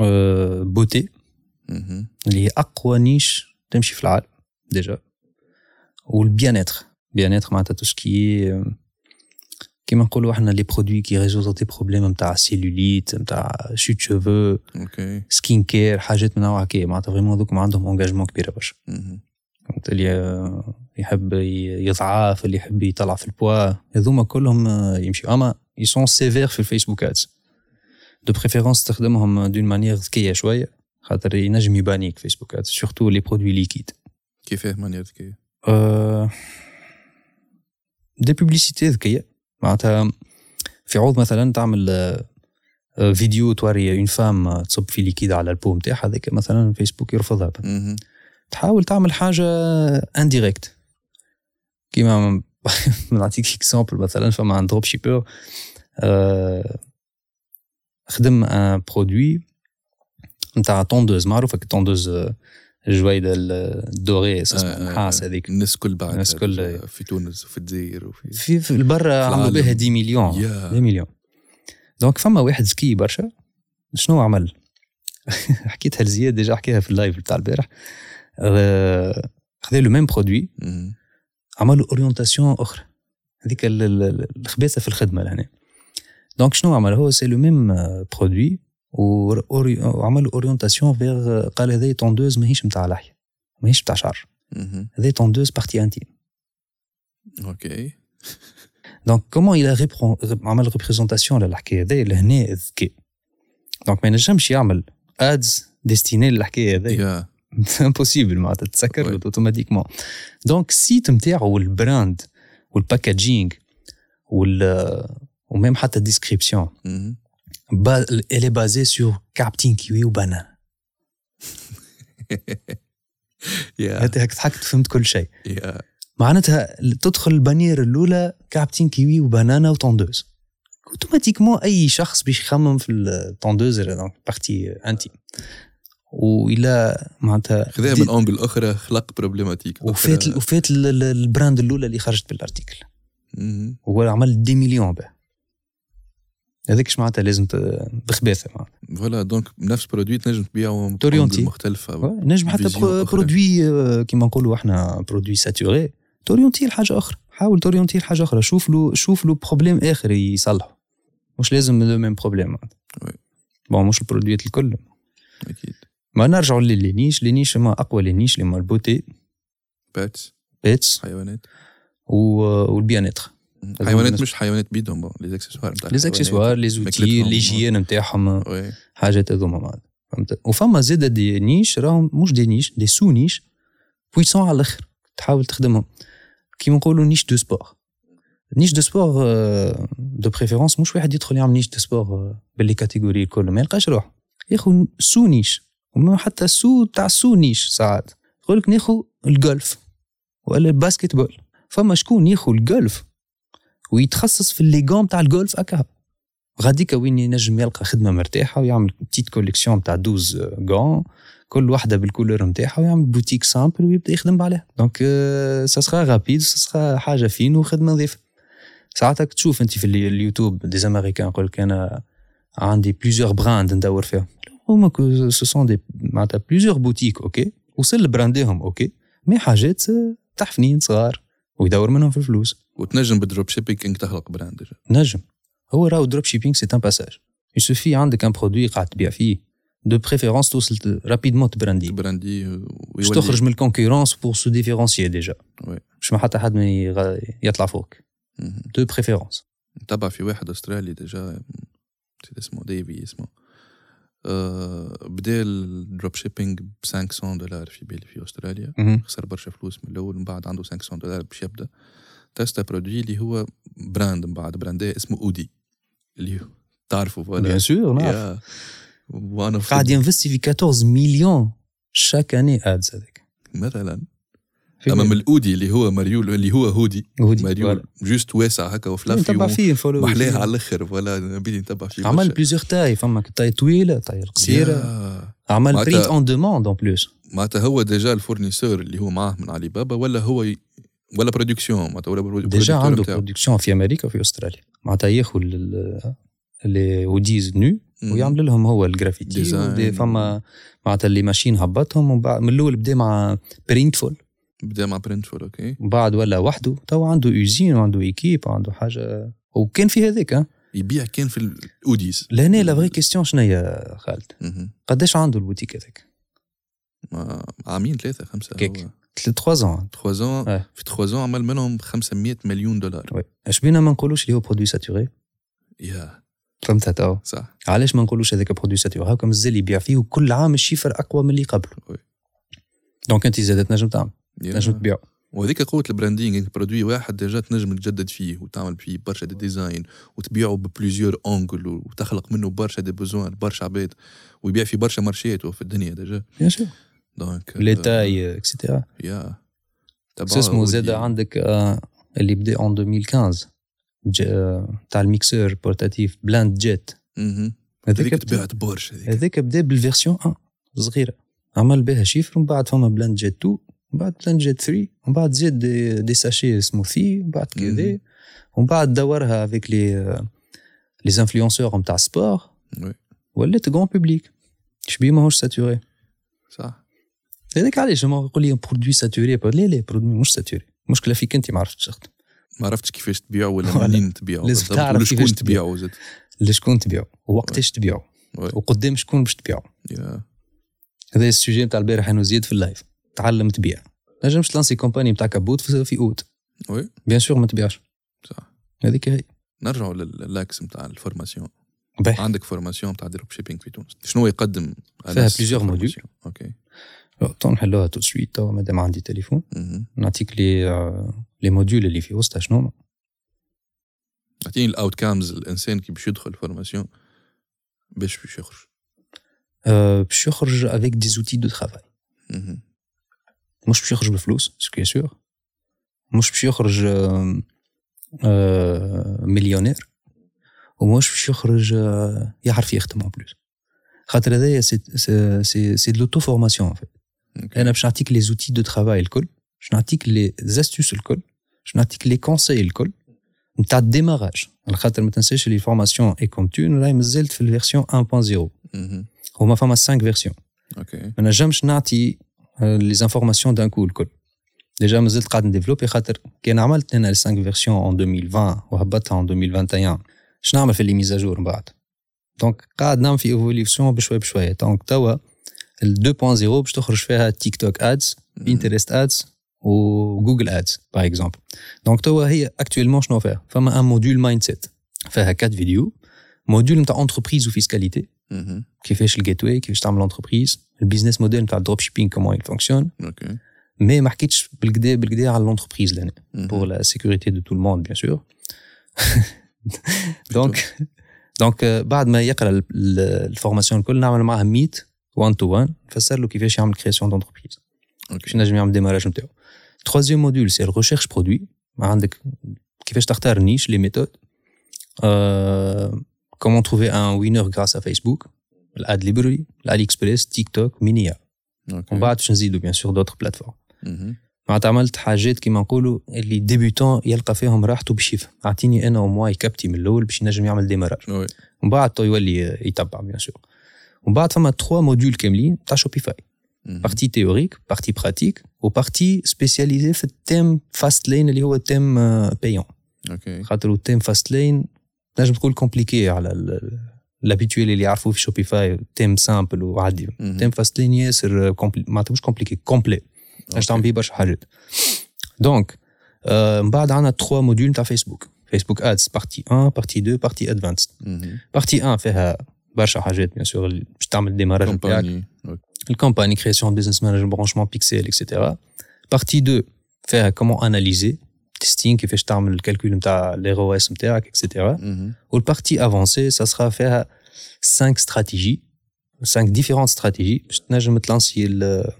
S1: آه، بوتي
S2: مهم.
S1: اللي هي اقوى نيش تمشي في العالم ديجا والبيان اتر بيان اتر معناتها تو سكي euh, كيما نقولوا احنا لي برودوي كي ريزولفو دي بروبليم نتاع سيلوليت نتاع شوت شوفو
S2: اوكي
S1: سكين كير حاجات من نوع هكا معناتها فريمون هذوك عندهم انجاجمون كبير برشا
S2: مهم.
S1: فهمت اللي آه، يحب يضعاف اللي يحب يطلع في البوا هذوما كلهم آه، يمشيو اما يسون سيفير في الفيسبوكات دو بريفيرونس تخدمهم دون مانيير ذكيه شويه خاطر ينجم يبانيك فيسبوكات سورتو لي برودوي ليكيد
S2: كيفاه مانيير ذكيه
S1: أه، دي بوبليسيتي ذكيه معناتها في عوض مثلا تعمل أه، فيديو توري اون فام آه، تصب في ليكيد على البوم تاعها هذاك مثلا فيسبوك يرفضها
S2: مهم.
S1: تحاول تعمل حاجه انديريكت كيما نعطيك اكزامبل مثلا فما عند دروب شيبر آه، خدم ان برودوي نتاع طوندوز معروف هكا طوندوز آه، الجويده الدوري
S2: آه، آه،
S1: اسمها النحاس هذيك
S2: الناس كل بعد
S1: الناس كل-
S2: في تونس وفي الجزائر وفي
S1: في في البرا
S2: في
S1: عملوا
S2: العالم.
S1: بها 10 مليون 10
S2: يا.
S1: مليون دونك فما واحد ذكي برشا شنو عمل حكيتها لزياد ديجا حكيها في اللايف بتاع البارح آه، خذا لو ميم برودوي
S2: مهم.
S1: عملوا اورينتاسيون اخرى هذيك ال- ال- ال- الخبيثه في الخدمه لهنا دونك شنو عمل هو سي لو ميم برودوي وعملوا اورينتاسيون فيغ آه، قال هذه طوندوز ماهيش نتاع لحيه ماهيش نتاع شعر
S2: مهم.
S1: هذه طوندوز بارتي انتيم
S2: اوكي
S1: دونك كومون الى ريبرون- عمل ريبريزونتاسيون للحكايه هذه لهنا ذكي دونك ما ينجمش يعمل ادز ديستيني للحكايه هذه
S2: يا
S1: امبوسيبل معناتها
S2: وي.
S1: تسكر اوتوماتيكمون دونك السيت نتاعو والبراند والباكاجينغ وال وميم حتى الديسكريبسيون
S2: مهم.
S1: با... الي بازي سور كابتين كيوي وبنان
S2: يا
S1: هكا ضحكت فهمت كل شيء
S2: يا
S1: معناتها تدخل البانير الاولى كابتين كيوي وبنانا وطوندوز اوتوماتيكمون اي شخص باش يخمم في الطوندوز دونك بارتي انتي والى معناتها
S2: خذها من انجل اخرى خلق بروبليماتيك
S1: وفات وفات ال- ال- البراند الاولى اللي خرجت بالارتيكل
S2: مهم.
S1: هو عمل دي مليون به هذاك اش معناتها لازم ت- بخباثه معناتها
S2: فوالا دونك نفس برودوي تنجم تبيعه
S1: تورينتي.
S2: بأنجل مختلفه
S1: نجم حتى
S2: فيزيون
S1: برو-
S2: أخرى.
S1: برودوي آه، كيما نقولوا احنا برودوي ساتوري توريونتي لحاجه اخرى حاول توريونتي لحاجه اخرى شوف له شوف له بروبليم اخر يصلحه مش لازم لو ميم بروبليم
S2: وي.
S1: بون مش البرودويات الكل
S2: اكيد
S1: ما نرجعوا للنيش لنيش ما اقوى لنيش اللي هما البوتي
S2: باتس
S1: بيتس
S2: حيوانات
S1: و- والبيانيتر
S2: مهم.
S1: هذا
S2: حيوانات
S1: بالنسبة-
S2: مش حيوانات بيدهم بون لي اكسسوار نتاع
S1: لي اكسسوار لي زوتي
S2: ماكلتهم.
S1: ليجيان نتاعهم
S2: وي
S1: حاجات هذوما معناتها فهمت وفما زاد دي نيش راهم مش دي نيش دي سو نيش بويسون على الاخر تحاول تخدمهم كيما نقولوا نيش دو سبور نيش دو سبور آه، دو بريفيرونس مش واحد يدخل يعمل نيش دو سبور آه، باللي كاتيجوري الكل ما يلقاش روحه ياخو سو نيش وما حتى سو تاع سو نيش ساعات يقول لك ناخو الجولف ولا الباسكت بول فما شكون ياخو الجولف ويتخصص في الليغون تاع الجولف اكاها غاديك وين ينجم يلقى خدمه مرتاحه ويعمل بتيت كوليكسيون تاع 12 غون كل واحده بالكولور نتاعها ويعمل بوتيك سامبل ويبدا يخدم عليها دونك آه، سا سخا رابيد سا سخا حاجه فين وخدمه نظيفه ساعات راك تشوف انت في ال- اليوتيوب دي امريكان يقول لك انا عندي بليزيور براند ندور فيهم هما كو- سو سون دي معناتها بليزيور بوتيك اوكي وصل لبرانديهم اوكي مي حاجات آه، تاع فنين صغار ويدور منهم في الفلوس
S2: وتنجم بالدروب شيبينغ انك تخلق براند ديجا
S1: نجم هو راهو دروب شيبينغ سي ان باساج يسوفي عندك ان برودوي قاعد تبيع فيه دو بريفيرونس توصل رابيدمون تبراندي
S2: تبراندي
S1: باش
S2: ويولي
S1: تخرج من الكونكورونس بور سو ديفيرونسيي ديجا
S2: وي.
S1: باش ما حتى حد ما يغ- يطلع فوق
S2: مهم.
S1: دو بريفيرونس
S2: نتبع في واحد استرالي ديجا نسيت اسمه ديفي اسمه آه بدا الدروب شيبينغ ب 500 دولار في بالي في استراليا خسر برشا فلوس من الاول من بعد عنده 500 دولار باش يبدا تستا برودوي اللي هو براند من بعد براند اسمه اودي اللي هو- تعرفوا
S1: بيان
S2: ولا
S1: سور نعرف
S2: يا. وانا في
S1: قاعد ينفستي في 14 مليون شاك اني ادز هذاك
S2: مثلا امام الاودي اللي هو مريول اللي هو هودي مريول جوست واسع هكا
S1: إيه، تبع
S2: وفلافي
S1: فيه الفولو
S2: محلاه على الاخر ولا بيدي نتبع فيه
S1: عمل
S2: برشا.
S1: بليزيور تاي فما تاي طويله تاي قصيره
S2: يا.
S1: عمل
S2: معناتها-
S1: برينت اون دوموند اون بلوس
S2: معناتها هو ديجا الفورنيسور اللي هو معاه من علي بابا ولا هو ي... ولا برودكسيون معناتها ولا برو-
S1: ديجا
S2: برودكتور
S1: عنده
S2: متاعه.
S1: برودكسيون في امريكا وفي استراليا معناتها ياخذ لي هوديز نو
S2: مم.
S1: ويعمل لهم هو الجرافيتي
S2: ديزاين.
S1: وبدا فما معناتها اللي ماشيين هبطهم ومن بعد- من الاول بدا مع برينتفول
S2: بدا مع برنتفورد اوكي
S1: من بعد ولا وحده تو عنده اوزين وعنده ايكيب وعنده حاجه وكان في هذاك ها.
S2: يبيع كان في الاوديز
S1: لهنا لا فري كيستيون شنو هي خالد
S2: مهم.
S1: قداش عنده البوتيك هذاك
S2: ما- عامين ثلاثه خمسه
S1: كيك.
S2: هو.
S1: ثلاث تخوا زون
S2: 3 ans
S1: إيه.
S2: في 3 ans عمل منهم 500 مليون دولار
S1: وي اش بينا ما نقولوش اللي هو برودوي ساتوري
S2: يا
S1: فهمتها تو
S2: صح
S1: علاش ما نقولوش هذاك برودوي ساتوري هاكا مازال يبيع فيه وكل عام الشيفر اقوى من اللي قبله
S2: وي.
S1: دونك انت زاد تنجم تعمل
S2: يا.
S1: تنجم تبيعه
S2: وهذيك قوه البراندينغ انك برودوي واحد ديجا تنجم تجدد فيه وتعمل فيه برشا دي ديزاين وتبيعه ببليزيور اونجل وتخلق منه برشا دي بوزوان برشا عباد ويبيع في برشا مارشيات هو في الدنيا ديجا
S1: بيان سور
S2: دونك
S1: لي تاي اكسيتيرا
S2: يا تبع
S1: اسمه زاد
S2: ودي-
S1: عندك آه، اللي بدا اون 2015 ج- آه، تاع الميكسور بورتاتيف بلاند جيت
S2: مهم.
S1: هذاك
S2: هذيك
S1: بدا-
S2: تبعت برشا هذيك
S1: هذاك بدا بالفيرسيون 1 صغيره عمل بها شيفر ومن بعد فما بلاند جيت 2 ومن بعد بلاند جيت 3 ومن بعد زاد دي, دي ساشي سموثي ومن بعد كذا
S2: مهم.
S1: ومن بعد دورها افيك لي لي انفلونسور نتاع سبور
S2: وي.
S1: ولات كون بوبليك شبيه ماهوش ساتوري
S2: صح
S1: هذاك علاش ما يقول لي برودوي ساتوري لا لا برودوي مش ساتوري المشكله فيك انت ما عرفتش تخدم
S2: ما عرفتش كيفاش تبيعه ولا
S1: ولا.
S2: منين تبيعه
S1: لازم
S2: بالضبط،
S1: تعرف
S2: ولا شكون
S1: كيفاش
S2: تبيعه زاد
S1: لشكون تبيعو ووقتاش تبيعو
S2: وي.
S1: وقدام شكون باش تبيعو
S2: يا.
S1: هذا السوجي نتاع البارح انا وزيد في اللايف تعلم تبيع نجم تلانسي كومباني نتاع كابوت في في اوت
S2: وي.
S1: بيان سور ما تبيعش
S2: صح
S1: هذيك هي
S2: نرجعوا للاكس نتاع الفورماسيون
S1: باهي.
S2: عندك فورماسيون نتاع دروب شيبينغ في تونس شنو يقدم
S1: فيها plusieurs modules.
S2: موديول اوكي
S1: لو، تو Oh, نحلوها تو سويت تو مادام Oh, عندي تليفون
S2: مهم.
S1: نعطيك لي آه، لي موديول اللي في وسطها شنو هما.
S2: اعطيني الاوت كامز الانسان كي باش يدخل فورماسيون باش باش يخرج
S1: آه، باش يخرج افيك دي زوتي دو ترافاي
S2: مهم.
S1: مش باش يخرج بفلوس سكي سور مش باش يخرج آه، آه، مليونير ومش باش يخرج آه، يعرف يخدم اون بلوس خاطر هذايا سي سي سي دو لوتو فورماسيون
S2: أوكي.
S1: انا باش نعطيك لي زوتي دو ترافاي الكل باش نعطيك لي زاستوس الكل باش نعطيك لي كونساي الكل نتاع الديماراج على خاطر ما تنساش اللي فورماسيون اي كومتون راهي مازالت في الفيرسيون 1.0
S2: مهم.
S1: هما فما 5 فيرسيون
S2: اوكي
S1: ما نجمش نعطي لي زانفورماسيون دان كو الكل ديجا مازلت قاعد نديفلوبي خاطر كان عملت انا 5 فيرسيون اون 2020 وهبطها اون 2021 باش نعمل في لي ميزاجور من بعد دونك قاعد نعمل في ايفوليسيون بشوي بشويه دونك توا ال 2.0 باش تخرج فيها تيك توك ادز
S2: مهم.
S1: بينترست ادز وجوجل ادز باغ اكزومبل دونك توا هي اكتويلمون شنو فيها فما ان موديول مايند سيت فيها 4 فيديو موديول نتاع انتربريز وفيسكاليتي
S2: مهم.
S1: كيفاش الجيت واي كيفاش تعمل انتربريز البيزنس موديل نتاع الدروب شيبينغ كومون يل فونكسيون
S2: اوكي
S1: مي ما حكيتش بالكدا بالكدا على الانتربريز لهنا
S2: مهم.
S1: بور لا سيكوريتي دو تو لو موند بيان سور دونك دونك آه، euh, بعد ما يقرا ال- ال- الفورماسيون الكل نعمل معاه ميت وان تو وان نفسر له كيفاش يعمل كرياسيون دونتربريز باش
S2: اوكي
S1: ينجم يعمل ديماراج نتاعو تخوازيوم موديول سي الريشيرش برودوي عندك كيفاش تختار نيش لي ميثود آه، كومون تروفي ان وينر غراس ا فيسبوك الاد ليبري الالي اكسبريس تيك توك مينيا
S2: أوكي.
S1: ومن بعد باش نزيدو بيان سور دوتر بلاتفورم
S2: مهم.
S1: معناتها عملت حاجات كيما نقولوا اللي ديبيوتون يلقى فيهم راحته باش يفهم اعطيني انا وموا يكبتي من الاول باش ينجم يعمل ديماراج
S2: وي.
S1: ومن بعد تو يولي يتبع بيان سور ومن بعد فما تخوا موديول كاملين تاع شوبيفاي
S2: مهم.
S1: بارتي تيوريك بارتي براتيك وبارتي سبيسياليزي في التيم فاست لين اللي هو التيم بايون
S2: اوكي
S1: خاطر التيم فاست لين تنجم تقول كومبليكي على ال- الابيتويل اللي يعرفوه في شوبيفاي تيم سامبل وعادي
S2: مهم.
S1: تيم فاست لين ياسر كومبلي ما تبوش كومبليكي كومبلي باش تعمل بيه برشا حاجات دونك آه، من بعد عندنا تخوا موديول تاع فيسبوك فيسبوك ادز بارتي 1 بارتي 2 بارتي ادفانس
S2: مهم.
S1: بارتي 1 فيها برشا حاجات بيان سور اللي باش تعمل ديماراج نتاعك
S2: كومباني أوكي.
S1: الكامباني création de business management, branchement pixel, etc. Partie 2, faire comment analyser, testing, كيفاش تعمل الكالكول نتاع l'ROS نتاعك, etc.
S2: مهم.
S1: Ou le partie avancée, ça sera faire 5 stratégies, 5 différentes stratégies, باش تنجم تلانسي ال-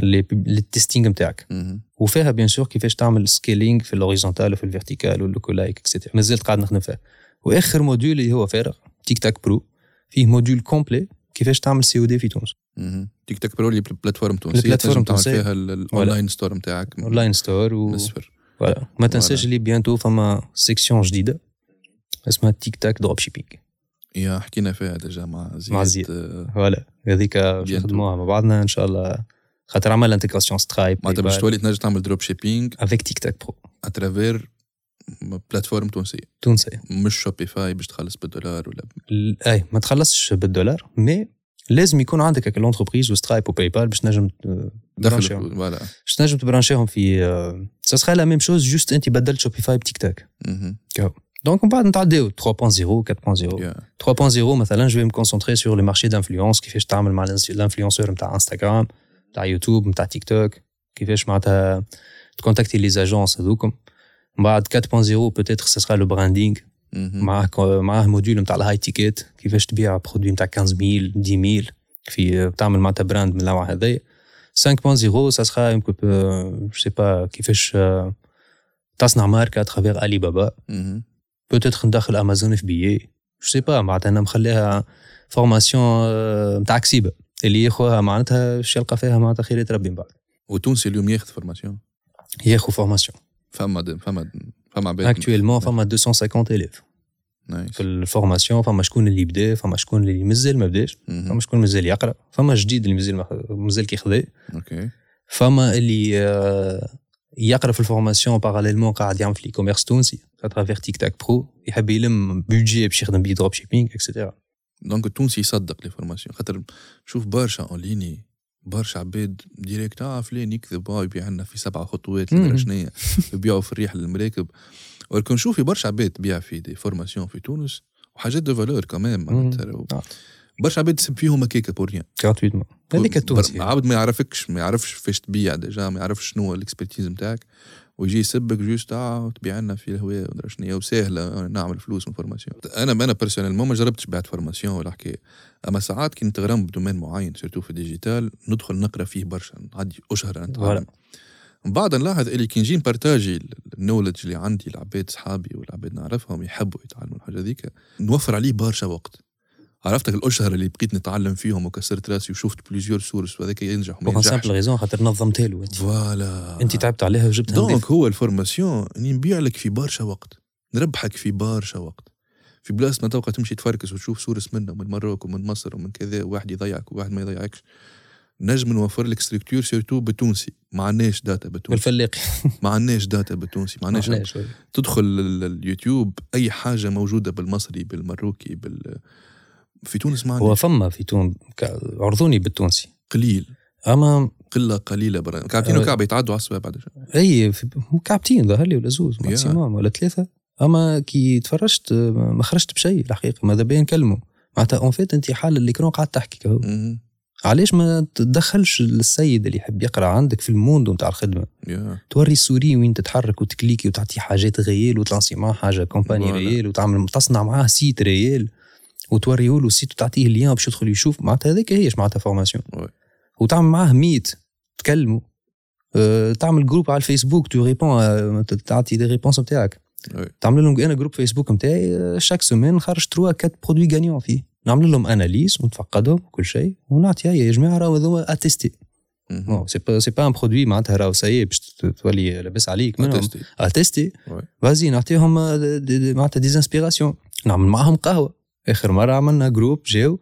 S1: les pub- les testing نتاعك.
S2: مهم.
S1: وفيها بيان سور كيفاش تعمل سكيلينغ في الهوريزونتال وفي الفيرتيكال واللوكولايك اكسيتيرا مازلت قاعد نخدم فيها واخر موديول اللي هو فارغ تيك تاك برو فيه موديول كومبلي كيفاش تعمل سي او دي في تونس
S2: مهم. تيك تاك برو اللي بل- بلاتفورم تونسيه
S1: البلاتفورم
S2: تنجم تعمل
S1: التونسية.
S2: فيها ال- الاونلاين ستور نتاعك من-
S1: اونلاين ستور
S2: من
S1: و
S2: الصفر
S1: فوالا ما تنساش اللي بيانتو فما سيكسيون جديده اسمها تيك تاك دروب شيبينغ
S2: يا حكينا فيها ديجا مع زياد
S1: مع زياد.
S2: آه،
S1: فوالا هذيك باش
S2: بيانتو.
S1: نخدموها مع بعضنا ان شاء الله خاطر عمل انتيغراسيون سترايب
S2: معناتها باش تولي تنجم تعمل دروب شيبينغ
S1: افيك تيك تاك برو
S2: اترافير بلاتفورم تونسيه
S1: تونسي
S2: مش شوبيفاي باش تخلص بالدولار ولا
S1: ال- اي ما تخلصش بالدولار مي لازم يكون عندك هكا لونتربريز وسترايب وباي بال باش تنجم تبرانشيهم
S2: دخل فوالا
S1: باش تنجم تبرانشيهم في آه، سا سخا لا ميم شوز جوست انت بدلت شوبيفاي بتيك تاك
S2: مهم.
S1: دونك من بعد نتعداو 3.0 4.0
S2: Yeah.
S1: 3.0 مثلا je vais me concentrer sur les marchés d'influence كيفاش تعمل مع الانس- الانفلونسور نتاع انستغرام نتاع يوتيوب نتاع تيك توك كيفاش معناتها تكونتاكتي لي اجونس هذوكم من بعد 4.0 بوتيتر سي سرا لو براندينغ
S2: مهم.
S1: معاه معاه موديول نتاع الهاي تيكيت كيفاش تبيع برودوي نتاع 15000 10000 في تعمل معناتها براند من النوع هذايا 5.0 سا سرا يمكن جو سي با كيفاش آه، تصنع ماركه اترافير علي بابا
S2: مهم.
S1: بوتيتر ندخل امازون في بي جو سي با معناتها انا مخليها فورماسيون نتاع كسيبه اللي ياخوها معناتها باش يلقى فيها معناتها خيرة ربي من بعد
S2: والتونسي اليوم ياخذ فورماسيون
S1: ياخو فورماسيون
S2: فما د- فما فما عباد
S1: اكتويلمون فما 250 اليف
S2: نايس.
S1: في الفورماسيون فما شكون اللي بدا فما شكون اللي مازال ما بداش
S2: مهم.
S1: فما شكون مازال يقرا فما جديد اللي مازال ما- مازال كيخذا
S2: اوكي
S1: فما اللي آه، يقرا في الفورماسيون باراليلمون قاعد يعمل في الاي كوميرس تونسي اترافير تيك تاك برو يحب يلم بودجي باش يخدم بيه دروب شيبينغ اكسيتيرا
S2: دونك التونسي يصدق لي فورماسيون خاطر شوف برشا اون ليني برشا عباد ديريكت اه فلان يكذب اه يبيع لنا في سبعه خطوات
S1: مم.
S2: تدري شنيا يبيعوا في الريح للمراكب ولكن شوفي برشا عباد تبيع في دي فورماسيون في تونس وحاجات دو فالور كمان معناتها راهو.
S1: آه.
S2: برشا عباد تسب فيهم هكاك بور ريان
S1: gratuitement. هذيك التونسي
S2: بر- عبد ما يعرفكش ما يعرفش فاش تبيع ديجا ما يعرفش شنو هو الاكسبرتيز نتاعك ويجي يسبك جوست اه تبيع لنا في الهواء ودرا شنو هي، وسهله آه، نعمل فلوس من فورماسيون انا انا بيرسونيلمون ما جربتش بعد فورماسيون ولا حكايه اما ساعات كي نتغرم بدومين معين سيرتو في الديجيتال ندخل نقرا فيه برشا نعدي اشهر نتعلم من بعد نلاحظ اللي كي نجي نبارتاجي النولج اللي عندي العباد صحابي والعباد نعرفهم يحبوا يتعلموا الحاجه ذيك نوفر عليه برشا وقت عرفتك الاشهر اللي بقيت نتعلم فيهم وكسرت راسي وشفت بليزيور سورس وهذاك ينجح وما
S1: بوغ
S2: ينجحش
S1: سامبل ريزون خاطر نظمتها له انت
S2: فوالا
S1: انت تعبت عليها وجبتها
S2: آه. دونك
S1: نظيفة.
S2: هو الفورماسيون اني نبيع لك في برشا وقت نربحك في برشا وقت في بلاصه ما توقع تمشي تفركس وتشوف سورس منه من مروك ومن مصر ومن كذا واحد يضيعك وواحد ما يضيعكش نجم نوفر لك ستركتور سيرتو بالتونسي ما عندناش داتا بالتونسي
S1: بالفلاق
S2: ما عندناش داتا بالتونسي ما عندناش
S1: علاش؟
S2: تدخل ال- اليوتيوب اي حاجه موجوده بالمصري بالمروكي بال في تونس ما
S1: هو
S2: عندناش
S1: فما في تون ك- عرضوني بالتونسي
S2: قليل
S1: اما
S2: قله قليله برا كعبتين
S1: آه.
S2: وكعب يتعدوا على السباب بعد شوي.
S1: اي في- هو كعبتين ظهر لي ولا زوز
S2: يا.
S1: ماكسيموم ولا ثلاثه اما كي تفرجت آه، ما خرجت بشيء الحقيقه ماذا بيا نكلمه معناتها اون فيت انت حال الاكرون قاعد تحكي كهو
S2: مهم.
S1: علاش ما تدخلش السيد اللي يحب يقرا عندك في الموند نتاع الخدمه
S2: يا
S1: توري السوري وين تتحرك وتكليكي وتعطي حاجات غيال وتلانسي معاه حاجه كومباني
S2: فوالا.
S1: ريال وتعمل تصنع معاه سيت ريال وتوريه له السيت وتعطيه ليان باش يدخل يشوف معناتها هذاك هيش معناتها فورماسيون
S2: وي.
S1: وتعمل معاه ميت تكلموا أه تعمل جروب على الفيسبوك تو ريبون أه، ت- تعطي دي ريبونس نتاعك
S2: وي.
S1: تعمل لهم انا جروب فيسبوك نتاعي شاك سومين نخرج 3 4 برودوي غانيون فيه نعمل لهم اناليز ونتفقدهم وكل شيء ونعطي هيا يا جماعه راهو هذوما اتيستي
S2: مهم.
S1: بون سي با سي با ان برودوي معناتها راهو سايي باش ت- تولي لاباس عليك منهم
S2: أتستي.
S1: اتيستي
S2: وي.
S1: فازي نعطيهم آه، د- د- معناتها ديزانسبيراسيون نعمل معاهم قهوه اخر مره عملنا جروب جاو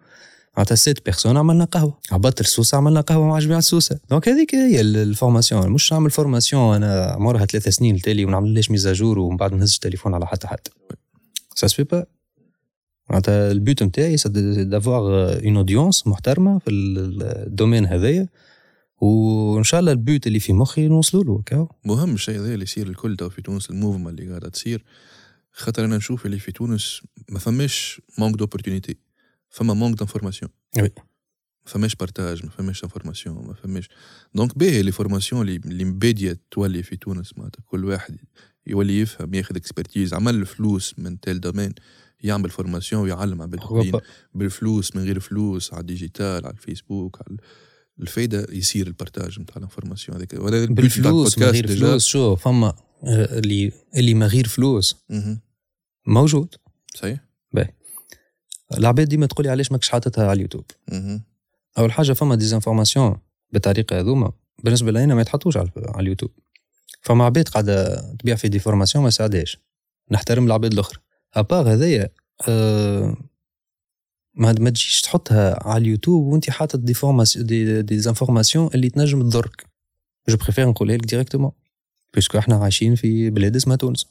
S1: معناتها سيت بيرسون عملنا قهوه عبطت السوسه عملنا قهوه مع جميع السوسه دونك هذيك هي ال- الفورماسيون مش نعمل فورماسيون انا عمرها ثلاث سنين تالي وما نعملهاش ميزاجور ومن بعد ما نهزش التليفون على حتى حد سا سبي با معناتها البيوت نتاعي سي دافوار اون اودينس محترمه في ال- ال- الدومين هذايا وان شاء الله البيوت اللي في مخي نوصلوا له كاو
S2: مهم الشيء هذا اللي يصير الكل تو في تونس الموفمه اللي قاعده تصير خاطر انا نشوف اللي في تونس ما فماش مانك دوبورتونيتي فما مانك دانفورماسيون
S1: وي.
S2: ما فماش بارتاج ما فماش انفورماسيون ما فماش دونك باهي لي فورماسيون اللي اللي مباديه تولي في تونس معناتها كل واحد يولي يفهم ياخذ اكسبرتيز عمل فلوس من تيل دومين يعمل فورماسيون ويعلم عباد اخرين بالفلوس من غير فلوس على الديجيتال على الفيسبوك على الفايده يصير البارتاج نتاع الانفورماسيون هذيك وهذا البيت نتاع
S1: بالفلوس من
S2: البودكاست
S1: غير
S2: ديجا.
S1: فلوس شو فما آه، اللي اللي من غير فلوس
S2: مهم.
S1: موجود
S2: صحيح
S1: العباد ديما تقولي علاش ماكش حاططها على اليوتيوب
S2: مهم.
S1: اول حاجه فما ديزانفورماسيون بالطريقه هذوما بالنسبه لنا ما يتحطوش على على اليوتيوب فما عباد قاعده تبيع في دي فورماسيون ما ساعدهاش نحترم العباد الاخرى ابار هذايا آه، ما ما تجيش تحطها على اليوتيوب وانت حاطط دي فورماسيون دي, دي زانفورماسيون اللي تنجم تضرك جو بريفير نقولها لك ديريكتومون بيسكو احنا عايشين في بلاد اسمها تونس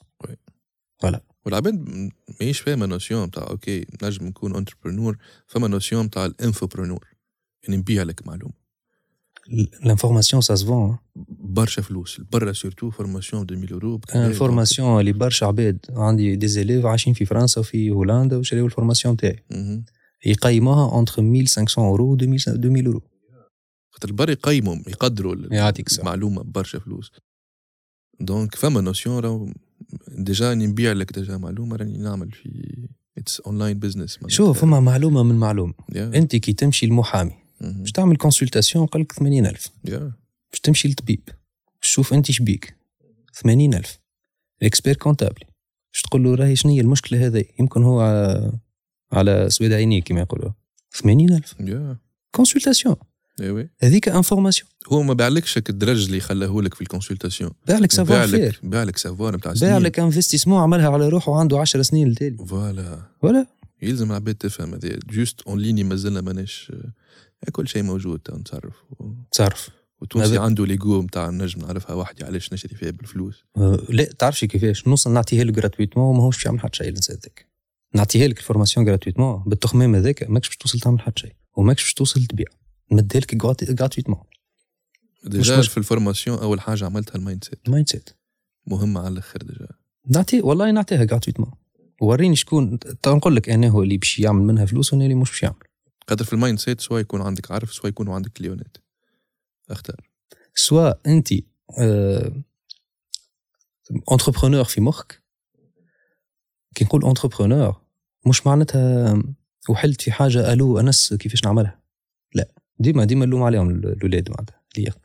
S2: والعباد م- ماهيش فاهمه نوسيون تاع اوكي نجم نكون انتربرونور فما نوسيون تاع الانفوبرونور يعني نبيع لك معلومه
S1: لانفورماسيون سا سفون
S2: Eh برشا فلوس برا سيرتو فورماسيون 2000 يورو بكذا.
S1: الفورماسيون اللي برشا عباد عندي دي زيليف عايشين في فرنسا وفي هولندا وشراو الفورماسيون تاعي
S2: مهم.
S1: يقيموها اونتر 1500 اورو و 2000 2000 اورو
S2: خاطر البر يقيموا يقدروا ال-
S1: يعطيك الصحة.
S2: المعلومه برشا فلوس دونك فما نوسيون راهو ديجا اني نبيع لك ديجا معلومه راني نعمل في اتس اونلاين بزنس
S1: شوف فما معلومه من معلومه انت كي تمشي لمحامي باش تعمل كونسلتاسيون قال لك 80000 باش تمشي للطبيب باش تشوف انت شبيك 80000 الاكسبير كونتابلي باش تقول له راهي شنو هي المشكله هذه يمكن هو على- على سويد عينيه كما يقولوا 80000
S2: يا
S1: كونسلتاسيون
S2: ايوه
S1: هذيك انفورماسيون
S2: هو ما باعلكش هك الدرج اللي خلاهولك في الكونسلتاسيون
S1: باع لك سافوار فير
S2: باعلك باعلك سافوار نتاع
S1: باع
S2: سنين
S1: لك انفستيسمون عملها على روحه عنده 10 سنين لتالي
S2: فوالا
S1: ولا
S2: يلزم العباد تفهم هذا جوست اون ليني مازلنا ماناش آه، كل شيء موجود تو نتصرف و-
S1: تعرف
S2: والتونسي
S1: هذا-
S2: عنده ليغو نتاع نجم نعرفها وحدي علاش نشري فيها بالفلوس
S1: أه، لا تعرفش كيفاش نوصل نعطيها له جراتويتمون وما هوش باش يعمل حتى شيء الانسان هذاك نعطيها لك الفورماسيون جراتويتمون بالتخمام هذاك ماكش باش توصل تعمل حتى شيء وماكش باش توصل تبيع مديها لك جراتويتمون
S2: ديجا
S1: مش-
S2: في الفورماسيون اول حاجه عملتها المايند سيت
S1: مايند سيت
S2: مهمه على الاخر ديجا
S1: نعطي والله نعطيها جراتويتمون وريني شكون تو نقول لك انا هو اللي باش يعمل منها فلوس وانا اللي مش باش يعمل
S2: قدر في المايند سيت سواء يكون عندك عرف سواء يكون عندك كليونات اختار
S1: سواء انت اونتربرونور euh, في مخك كي نقول اونتربرونور مش معناتها آه، وحلت في حاجه الو انس كيفاش نعملها لا ديما ديما نلوم عليهم ال- الاولاد معناتها اللي يخ-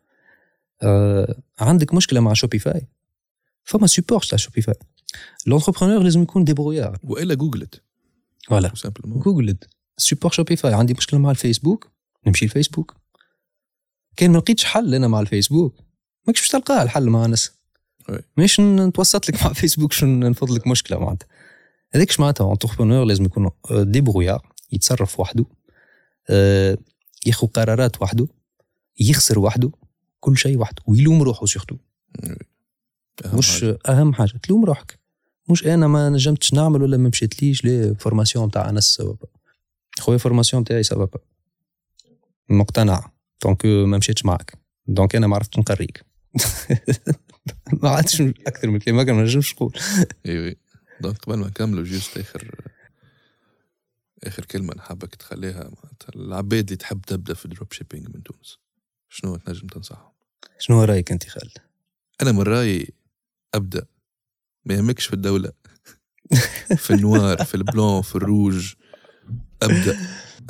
S1: آه، عندك مشكله مع شوبيفاي فما سيبورت تاع شوبيفاي لونتربرونور لازم يكون ديبرويار
S2: والا جوجلت
S1: فوالا
S2: تو سامبلومون
S1: جوجلت سيبور شوبيفاي عندي مشكله مع الفيسبوك نمشي الفيسبوك كان ما لقيتش حل انا مع الفيسبوك ماكش باش تلقاه الحل مع ناس
S2: وي.
S1: مش نتوسط لك مع فيسبوك شو نفض لك مشكله معناتها هذاك اش معناتها اونتربرونور لازم يكون ديبرويار يتصرف وحده آه، ياخذ قرارات وحده يخسر وحده كل شيء وحده ويلوم روحه سيرتو
S2: أهم
S1: مش
S2: حاجة.
S1: اهم حاجه تلوم روحك مش انا ما نجمتش نعمل ولا ما مشيت ليش ليه فورماسيون تاع انس سبب خويا فورماسيون تاعي سبب مقتنع دونك ما مشيتش معك دونك انا ما عرفتش نقريك ما عادش اكثر من كلمه ما نجمش نقول
S2: اي وي دونك قبل ما نكملوا جوست اخر اخر كلمه نحبك تخليها معناتها العباد اللي تحب تبدا في دروب شيبينج من تونس شنو تنجم تنصحهم
S1: شنو رايك انت خالد
S2: انا من رايي ابدا ما يهمكش في الدوله في النوار في البلون في الروج ابدا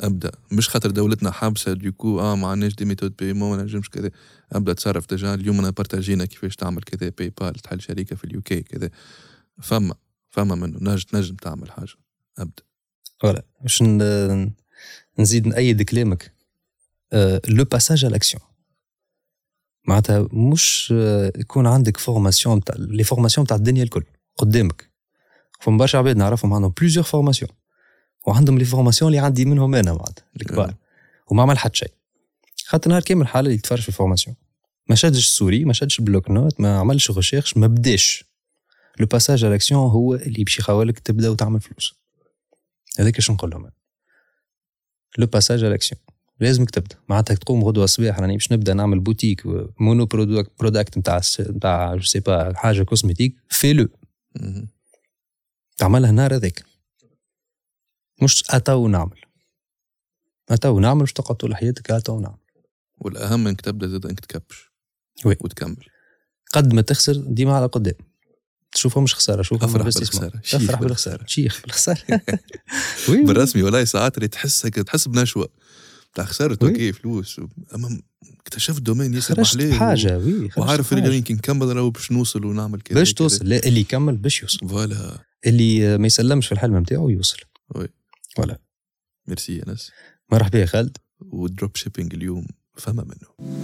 S2: ابدا مش خاطر دولتنا حابسه ديكو اه ما عندناش دي ميثود بيمون ما نجمش كذا ابدا تصرف ديجا اليوم انا بارتاجينا كيفاش تعمل كذا باي بال تحل شركه في اليو كي كذا فما فما منه نجم تنجم تعمل حاجه ابدا
S1: فوالا باش ن- نزيد نأيد كلامك آه، لو باساج على الاكسيون معناتها مش آه، يكون عندك فورماسيون تاع لي فورماسيون تاع الدنيا الكل قدامك فما برشا عباد نعرفهم عندهم بليزيور فورماسيون وعندهم لي فورماسيون اللي عندي منهم انا معناتها الكبار وما عمل حد شيء خاطر نهار كامل حاله اللي تفرج في الفورماسيون ما شدش السوري ما شدش البلوك نوت ما عملش ريشيرش ما بداش لو باساج على الاكسيون هو اللي باش يخاولك تبدا وتعمل فلوس هذاك شنو نقول لهم لو باساج على الاكسيون لازمك تبدا معناتها تقوم غدوه الصباح راني باش نبدا نعمل بوتيك مونو بروداكت بروداكت نتاع نتاع جو سي با حاجه كوسمتيك في لو
S2: مهم.
S1: تعملها نهار هذاك مش اتو نعمل اتو نعمل باش تقعد طول حياتك اتو نعمل
S2: والاهم انك تبدا زاد انك تكبش
S1: وي.
S2: وتكمل
S1: قد ما تخسر ديما على قدام تشوفها مش خساره شوفها
S2: افرح
S1: investment.
S2: بالخساره شيخ
S1: افرح بالخساره شيخ بالخساره وي وي.
S2: بالرسمي والله ساعات اللي تحس هيك تحس بنشوه تاع خسرت
S1: وي.
S2: اوكي فلوس اما اكتشفت دومين ياسر
S1: خرجت
S2: محلاه
S1: بحاجه وي خرجت
S2: وعارف اللي
S1: بحاجة.
S2: قال كي نكمل راهو باش نوصل ونعمل كذا
S1: باش
S2: كذا.
S1: توصل لا اللي يكمل باش يوصل
S2: فوالا
S1: اللي ما يسلمش في الحلم نتاعو يوصل
S2: ميرسي انس
S1: مرحبا يا خالد
S2: والدروب شيبينج اليوم فما منه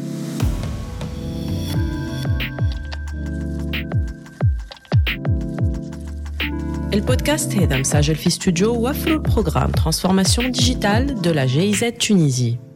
S3: البودكاست هذا مسجل في استوديو وفر البروغرام ترانسفورماسيون ديجيتال دو لا جيزات تونيزي